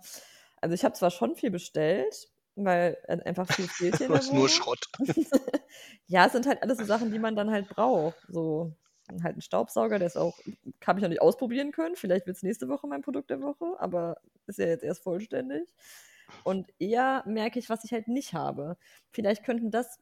Also ich habe zwar schon viel bestellt, weil äh, einfach viel fehlt hier
Du
in der
hast nur
Wohnung.
Schrott.
Ja, es sind halt alles so Sachen, die man dann halt braucht. So halt ein Staubsauger, der ist auch, habe ich noch nicht ausprobieren können. Vielleicht wird es nächste Woche mein Produkt der Woche, aber ist ja jetzt erst vollständig. Und eher merke ich, was ich halt nicht habe. Vielleicht könnten das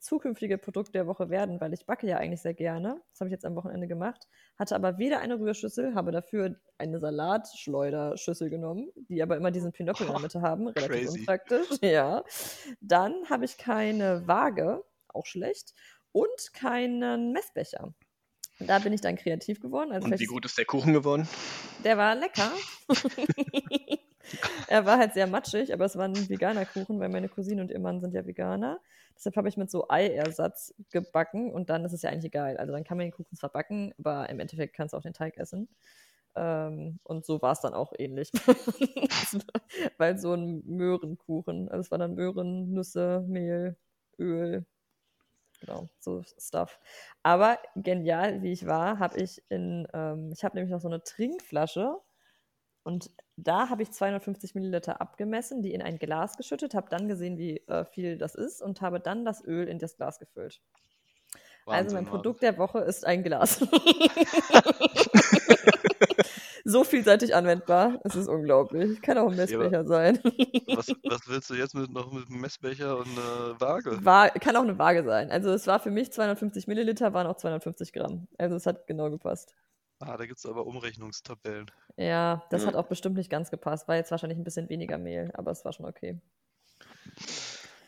zukünftige Produkte der Woche werden, weil ich backe ja eigentlich sehr gerne. Das habe ich jetzt am Wochenende gemacht. Hatte aber weder eine Rührschüssel, habe dafür eine Salatschleuderschüssel genommen, die aber immer diesen Pinöppel in der Mitte haben. Relativ
crazy.
unpraktisch, ja. Dann habe ich keine Waage, auch schlecht, und keinen Messbecher. Da bin ich dann kreativ geworden. Also
Und wie
vielleicht-
gut ist der Kuchen geworden?
Der war lecker. er war halt sehr matschig, aber es war ein veganer Kuchen, weil meine Cousine und ihr Mann sind ja Veganer. Deshalb habe ich mit so Eiersatz gebacken und dann ist es ja eigentlich egal. Also dann kann man den Kuchen zwar backen, aber im Endeffekt kannst du auch den Teig essen. Ähm, und so war es dann auch ähnlich. weil so ein Möhrenkuchen, also es war dann Möhren, Nüsse, Mehl, Öl, genau, so Stuff. Aber genial, wie ich war, habe ich in, ähm, ich habe nämlich noch so eine Trinkflasche und da habe ich 250 Milliliter abgemessen, die in ein Glas geschüttet, habe dann gesehen, wie äh, viel das ist und habe dann das Öl in das Glas gefüllt. also mein
Wahnsinn,
Produkt der Woche ist ein Glas. so vielseitig anwendbar, es ist unglaublich. Kann auch ein Messbecher sein.
Wahnsinn. Was, was willst du jetzt mit, noch mit einem Messbecher und einer Waage?
War, kann auch eine Waage sein. Also es war für mich 250 Milliliter, waren auch 250 Gramm. Also es hat genau gepasst.
Ah, da gibt es aber Umrechnungstabellen.
Ja, das
Ja.
hat auch bestimmt nicht ganz gepasst. War jetzt wahrscheinlich ein bisschen weniger Mehl, aber es war schon okay.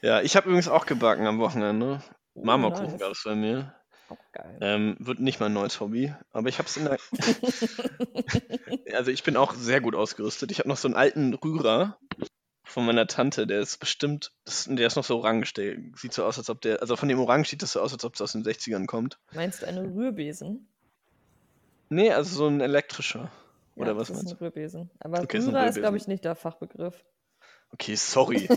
Ja, ich habe übrigens auch gebacken am Wochenende.
Oh,
Marmorkuchen
nice.
gab es bei mir.
Auch geil.
Ähm, wird nicht mein neues Hobby, aber ich habe es in der. also ich bin auch sehr gut ausgerüstet. Ich habe noch so einen alten Rührer von meiner Tante, der ist bestimmt, das, der ist noch so orange. Der sieht so aus, als ob der, also von dem Orange sieht das so aus, als ob es aus den 60ern kommt.
Meinst du eine Rührbesen?
Nee, also so ein elektrischer. Oder
ja,
was
das
meinst
ist ein Rührbesen. Aber
Okay, ist ein
Rührer ist, glaube
Rührbesen.
ich, nicht der Fachbegriff.
Okay, sorry.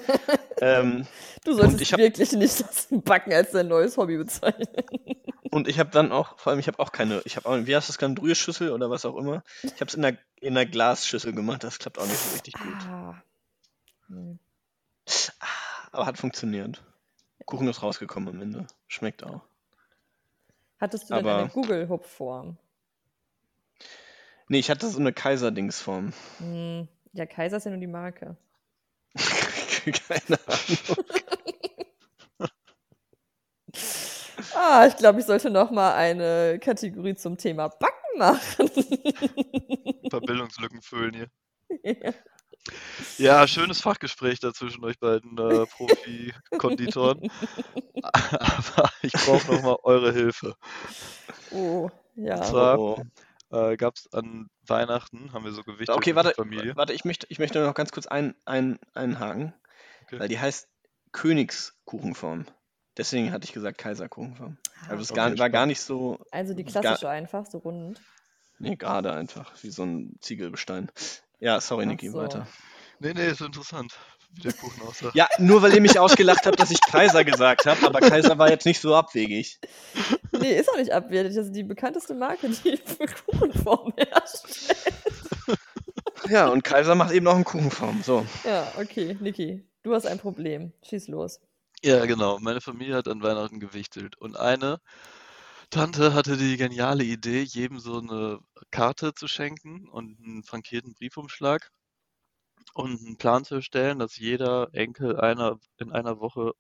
ähm,
Du solltest
ich hab-
wirklich nicht das Backen als dein neues Hobby bezeichnen.
und ich habe dann auch, vor allem, ich habe auch keine, ich habe auch, wie heißt das, keine Rührschüssel oder was auch immer. Ich habe es in der, in der Glasschüssel gemacht, das klappt auch nicht so richtig gut.
Ah. Hm. Ah.
Aber hat funktioniert. Kuchen ist rausgekommen am Ende. Schmeckt auch.
Hattest du denn
Aber-
eine Google-Hupfform?
Nee, ich hatte so eine Kaiserdingsform.
Hm. Ja, Kaiser ist ja nur die Marke.
Keine Ahnung.
Ah, ich glaube, ich sollte noch mal eine Kategorie zum Thema Backen machen.
Ein paar Bildungslücken füllen hier.
ja.
Ja, schönes Fachgespräch da zwischen euch beiden äh, Profi-Konditoren. Aber ich brauche nochmal eure Hilfe.
Oh, ja.
Und zwar
Oh.
äh, gab es an Weihnachten, haben wir so Gewichte
Okay,
für die
warte,
Familie.
warte ich, möchte, ich möchte noch ganz kurz ein, ein, einhaken,
Okay.
weil die heißt Königskuchenform. Deswegen hatte ich gesagt Kaiserkuchenform. Also es gar,
Okay,
war gar nicht so,
Also die
Das ist gar-
klassische einfach, so rund.
nee, gerade einfach, wie so ein Ziegelbestein. Ja, sorry,
Ach
Niki,
so.
weiter.
Nee, nee, ist interessant, wie der Kuchen aussah.
Ja, nur weil ihr mich ausgelacht habt, dass ich Kaiser gesagt habe, aber Kaiser war jetzt nicht so abwegig.
Nee, ist auch nicht abwertig. Das ist die bekannteste Marke, die für Kuchenform herrscht.
Ja, und Kaiser macht eben auch einen Kuchenform. So.
Ja, okay, Niki, du hast ein Problem. Schieß los.
Ja, genau. Meine Familie hat an Weihnachten gewichtelt. Und eine Tante hatte die geniale Idee, jedem so eine Karte zu schenken und einen frankierten Briefumschlag und einen Plan zu erstellen, dass jeder Enkel einer in einer Woche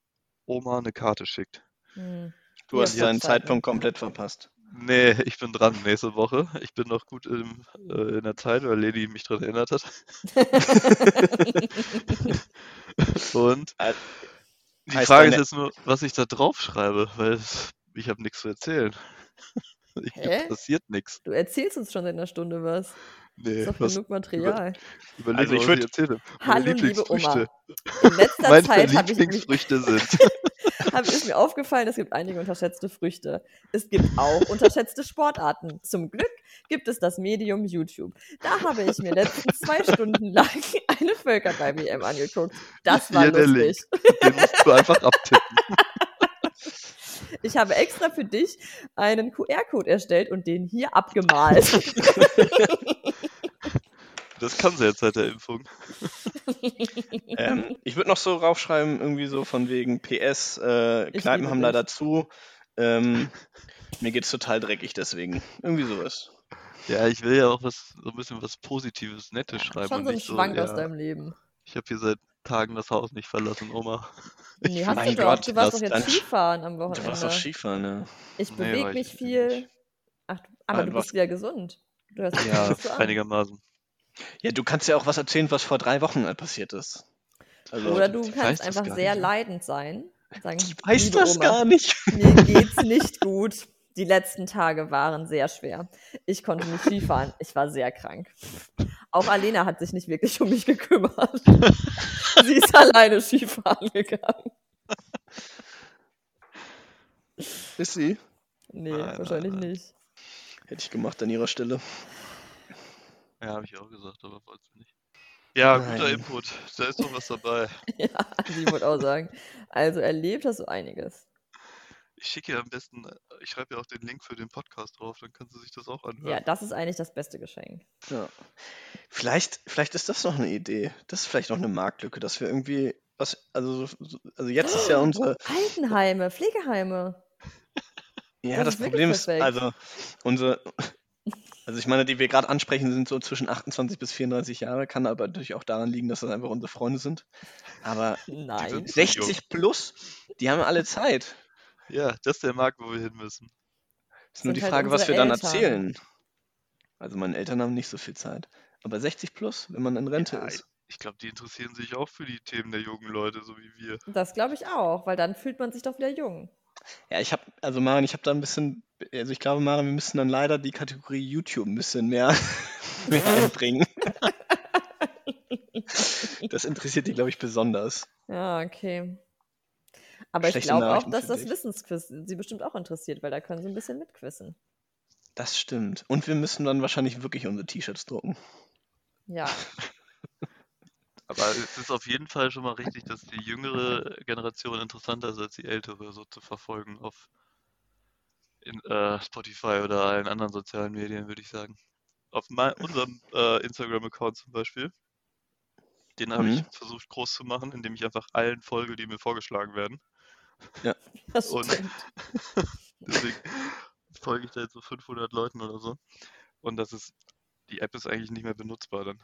Oma eine Karte schickt.
Hm.
Du
Ja,
hast deinen
Vorzeiten.
Zeitpunkt komplett verpasst.
Nee, ich bin dran nächste Woche. Ich bin noch gut im, äh, in der Zeit, weil Lady mich dran erinnert hat. Und
Also,
die
heißt
Frage ist
deine-
jetzt nur, was ich da drauf schreibe, weil es, ich habe nichts zu erzählen. Ich,
Hä?
passiert nichts.
Du erzählst uns schon seit einer Stunde was.
Nee,
Ist doch
was,
genug Material.
überleg
Also
mal,
ich
was
würd-
erzähle. Meine
Hallo, liebe Oma.
Lieblingsfrüchte.
In letzter
Meine
Zeit habe ich mich
Lieblingsfrüchte sind.
Hab, Also, ist mir aufgefallen, es gibt einige unterschätzte Früchte. Es gibt auch unterschätzte Sportarten. Zum Glück gibt es das Medium YouTube. Da habe ich mir letztens zwei Stunden lang eine Völker bei WM angeguckt. Das war
Hier der Link.
lustig.
Den musst du einfach abtippen.
Ich habe extra für dich einen QR-Code erstellt und den hier abgemalt.
Das kann sie jetzt seit der Impfung.
Ähm, ich würde noch so raufschreiben, irgendwie so von wegen PS, äh,
Ich
Kneipen
liebe
haben
dich.
leider zu. Ähm, mir geht's total dreckig deswegen. Irgendwie sowas.
Ja, ich will ja auch was, so ein bisschen was Positives, Nettes schreiben
Schon
und
so ein
nicht so,
Schwank aus
ja,
deinem Leben.
ich habe hier seit Tagen das Haus nicht verlassen, Oma. Ich
Nee,
find-
hast du
mein
doch.
Gott,
Du warst doch
das-
jetzt
dann-
Skifahren am
Du warst doch
Wochenende.
Skifahren, ne?
Ich
Nee,
bewege
war ich
mich
nicht.
viel. Ach, aber
Nein,
du
warst-
bist wieder gesund. Du hörst dich
Ja,
nicht so an.
einigermaßen.
Ja, du kannst ja auch was erzählen, was vor drei Wochen äh, passiert ist. Also,
Oder du
Ich weiß
kannst
das
einfach
gar
sehr
nicht.
leidend sein. Sagen,
ich weiß
"Liebe
das
Oma,
gar nicht.
Mir geht's nicht gut. Die letzten Tage waren sehr schwer. Ich konnte nicht Skifahren. Ich war sehr krank. Auch Alena hat sich nicht wirklich um mich gekümmert. Sie ist alleine Skifahren gegangen.
Ist sie?
Nee,
Nein,
wahrscheinlich
nein, nein.
nicht.
Hätte ich gemacht an ihrer Stelle.
Ja, habe ich auch gesagt, aber wolltest du nicht. Ja, guter
Nein.
Input. Da ist doch was dabei.
Ja, ich wollte auch sagen. Also erlebt hast du einiges.
Ich schicke ja am besten, äh, ich schreibe ja auch den Link für den Podcast drauf, dann kannst du sich das auch
Ja,
anhören.
das ist eigentlich das beste Geschenk.
Ja. Vielleicht, vielleicht ist das noch eine Idee. Das ist vielleicht noch eine Marktlücke, dass wir irgendwie. Was, also, so- so- also jetzt ist ja unsere.
Altenheime, Pflegeheime.
Ja, das,
das ist wirklich
Problem ist,
perfekt.
also unsere. Also ich meine, die wir gerade ansprechen, sind so zwischen 28 bis 34 Jahre, kann aber natürlich auch daran liegen, dass das einfach unsere Freunde sind. Aber
Nein.
sind-
60 plus, die haben alle Zeit.
Ja, das ist der Markt, wo wir hin müssen.
Ist nur
Sind
die
halt
Frage, was wir
unsere
dann
Eltern.
erzählen. Also meine Eltern haben nicht so viel Zeit. Aber 60 plus, wenn man in Rente
Ja,
ist.
Ich glaube, die interessieren sich auch für die Themen der jungen Leute, so wie wir.
Das glaube ich auch, weil dann fühlt man sich doch wieder jung.
Ja, ich habe, also Maren, ich habe da ein bisschen, also ich glaube, Maren, wir müssen dann leider die Kategorie YouTube ein bisschen mehr, mehr einbringen. Das interessiert die, glaube ich, besonders.
Ja, okay. Aber ich
Schlechte
glaube auch,
Nachrichten
dass
für
das
dich.
Wissensquiz sie bestimmt auch interessiert, weil da können sie ein bisschen mitquissen.
Das stimmt. Und wir müssen dann wahrscheinlich wirklich unsere T-Shirts drucken.
Ja,
Aber es ist auf jeden Fall schon mal richtig, dass die jüngere Generation interessanter ist als die ältere, so zu verfolgen auf in, äh, Spotify oder allen anderen sozialen Medien, würde ich sagen. Auf mein, unserem äh, Instagram-Account zum Beispiel. Den habe ich
Mhm.
versucht groß zu machen, indem ich einfach allen folge, die mir vorgeschlagen werden.
das
Und-
stimmt.
Deswegen folge ich da jetzt so 500 Leuten oder so. Und das ist, die App ist eigentlich nicht mehr benutzbar dann.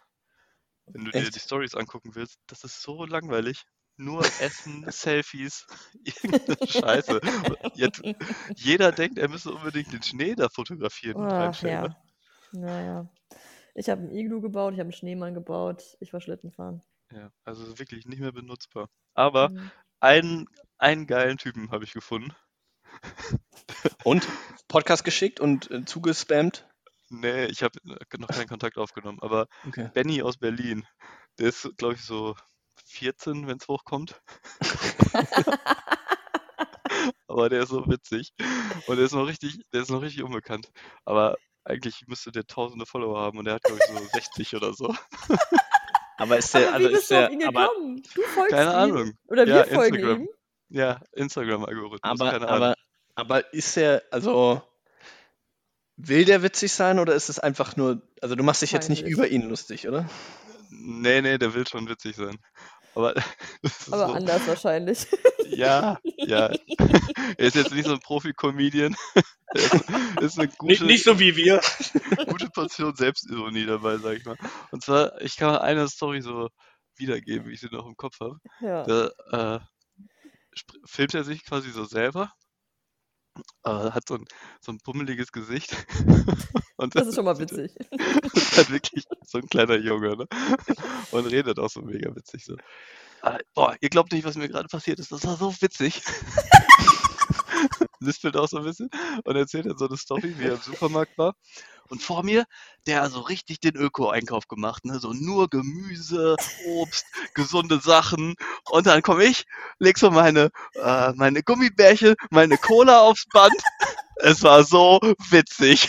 Wenn du dir
Echt?
die Stories angucken willst, das ist so langweilig. Nur Essen, Selfies, irgendeine Scheiße. Jetzt, jeder denkt, er müsse unbedingt den Schnee da fotografieren und
Ach
reinstellen.
ja.
Ne?
Naja. Ich habe einen Iglu gebaut, ich habe einen Schneemann gebaut, ich war Schlitten fahren.
Ja, also wirklich nicht mehr benutzbar. Aber
Mhm.
einen, einen geilen Typen habe ich gefunden.
Und Podcast geschickt und äh, zugespammt.
Nee, ich habe noch keinen Kontakt aufgenommen, aber
Okay.
Benny aus Berlin. Der ist, glaube ich, so 14, wenn es hochkommt. Aber der ist so witzig. Und der ist noch richtig, der ist noch richtig unbekannt. Aber eigentlich müsste der tausende Follower haben und der hat, glaube ich, so 60 oder so.
Aber ist der,
aber
also
wie bist
ist
du auf
der,
ihn
aber,
gekommen? Du folgst
Keine
ihm.
Ahnung.
Oder wir
Ja,
folgen
Instagram.
ihm.
Ja, Instagram-Algorithmus, keine
aber,
Ahnung.
aber, aber ist der, also will der witzig sein oder ist es einfach nur, also du machst dich jetzt nicht
Peinlich.
über ihn lustig, oder?
Nee, nee, der will schon witzig sein. Aber das ist
Aber
so,
anders wahrscheinlich.
ja, ja. Er ist jetzt nicht so ein Profi-Comedian. Er Ist, ist eine gute,
so wie wir.
gute Portion Selbstironie dabei, sag ich mal. Und zwar, ich kann eine Story so wiedergeben, wie ich sie noch im Kopf habe.
ja.
Da äh, spr- filmt er sich quasi so selber, aber hat so ein, so ein pummeliges Gesicht. Und
Das ist schon mal
sieht-
witzig.
ist halt wirklich so ein kleiner Junge, ne? Und redet auch so mega witzig so. Ah, Boah, ihr glaubt nicht, was mir gerade passiert ist. Das war so witzig. Lispelt auch so ein bisschen und erzählt dann so eine Story, wie er im Supermarkt war. Und vor mir, der hat so richtig den Öko-Einkauf gemacht, ne? So nur Gemüse, Obst, gesunde Sachen. Und dann komme ich, leg so meine, äh, meine Gummibärchen, meine Cola aufs Band. Es war so witzig.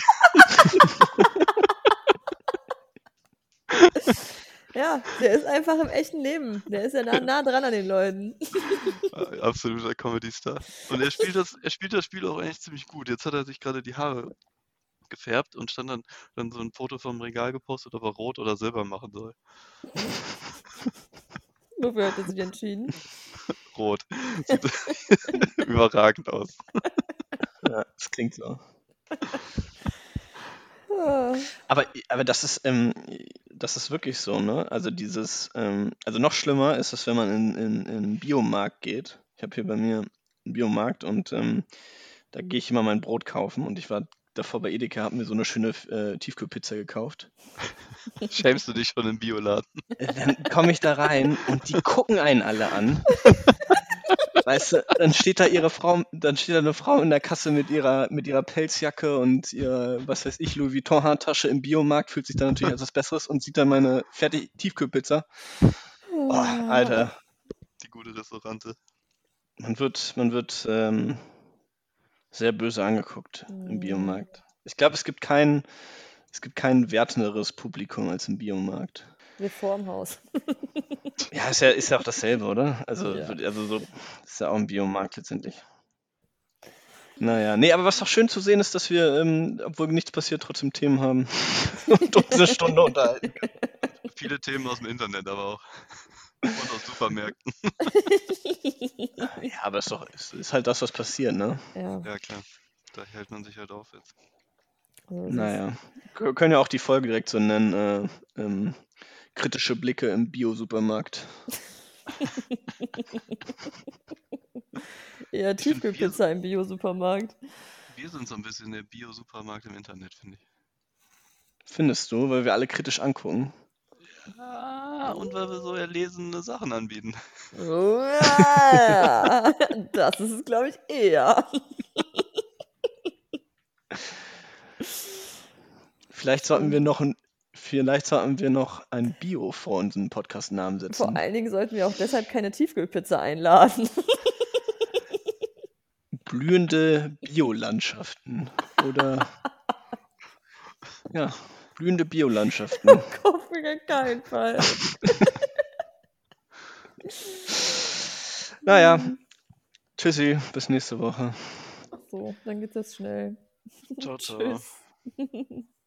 Ja, der ist einfach im echten Leben. Der ist ja nah, nah dran an den Leuten.
Äh, Absoluter Comedy-Star. Und er spielt, das, er spielt das Spiel auch eigentlich ziemlich gut. Jetzt hat er sich gerade die Haare gefärbt und stand dann, dann so ein Foto vom Regal gepostet, ob er rot oder silber machen soll.
Wofür hat er sich entschieden?
Rot. Sieht überragend aus.
Ja, das klingt so.
Ah.
Aber, aber das ist, ähm, das ist wirklich so, ne? Also dieses, ähm, also noch schlimmer ist es, wenn man in, in, in einen Biomarkt geht. Ich habe hier bei mir einen Biomarkt und ähm, da gehe ich immer mein Brot kaufen und ich war davor bei Edeka, habe mir so eine schöne äh, Tiefkühlpizza gekauft.
Schämst du dich schon im Bioladen?
Dann komme ich da rein und die gucken einen alle an. Weißt du, dann steht da ihre Frau, dann steht da eine Frau in der Kasse mit ihrer, mit ihrer Pelzjacke und ihrer, was weiß ich, Louis Vuitton Handtasche im Biomarkt, fühlt sich dann natürlich als was Besseres und sieht dann meine fertig Tiefkühlpizza. Oh, Alter,
Die gute Restaurante.
man wird, man wird ähm, sehr böse angeguckt im
Mm.
Biomarkt. Ich glaube, es gibt kein, es gibt kein wertenderes Publikum als im Biomarkt.
Reformhaus.
Ja, ist ja, ist ja auch dasselbe, oder? Also,
Ja.
wird- also so, ist ja auch ein Biomarkt letztendlich. Naja, nee, aber was doch schön zu sehen ist, dass wir, ähm, obwohl nichts passiert, trotzdem Themen haben und uns eine Stunde unterhalten.
Viele Themen aus dem Internet aber auch. Und aus Supermärkten.
Ja, aber ist doch, ist, ist halt das, was passiert, ne?
ja,
Ja, klar. Da hält man sich halt auf jetzt.
so ist also es.
Naja. Wir können ja auch die Folge direkt so nennen, äh, ähm, kritische Blicke im Bio-Supermarkt.
Ja, Tiefkühlpizza im Bio-Supermarkt.
Wir sind so ein bisschen der Bio-Supermarkt im Internet, finde ich.
Findest du, weil wir alle kritisch angucken.
Ah, und weil wir so erlesene Sachen anbieten.
Uah, das ist es, glaube ich, eher.
Vielleicht sollten wir noch ein, vielleicht sollten wir noch ein Bio vor unseren Podcast-Namen setzen.
Vor allen Dingen sollten wir auch deshalb keine Tiefkühlpizza einladen.
blühende Biolandschaften oder ja, blühende Biolandschaften.
Auf gar keinen Fall.
Naja, tschüssi, bis nächste Woche.
Ach so, dann geht's jetzt schnell.
Ciao, ciao.
Tschüss.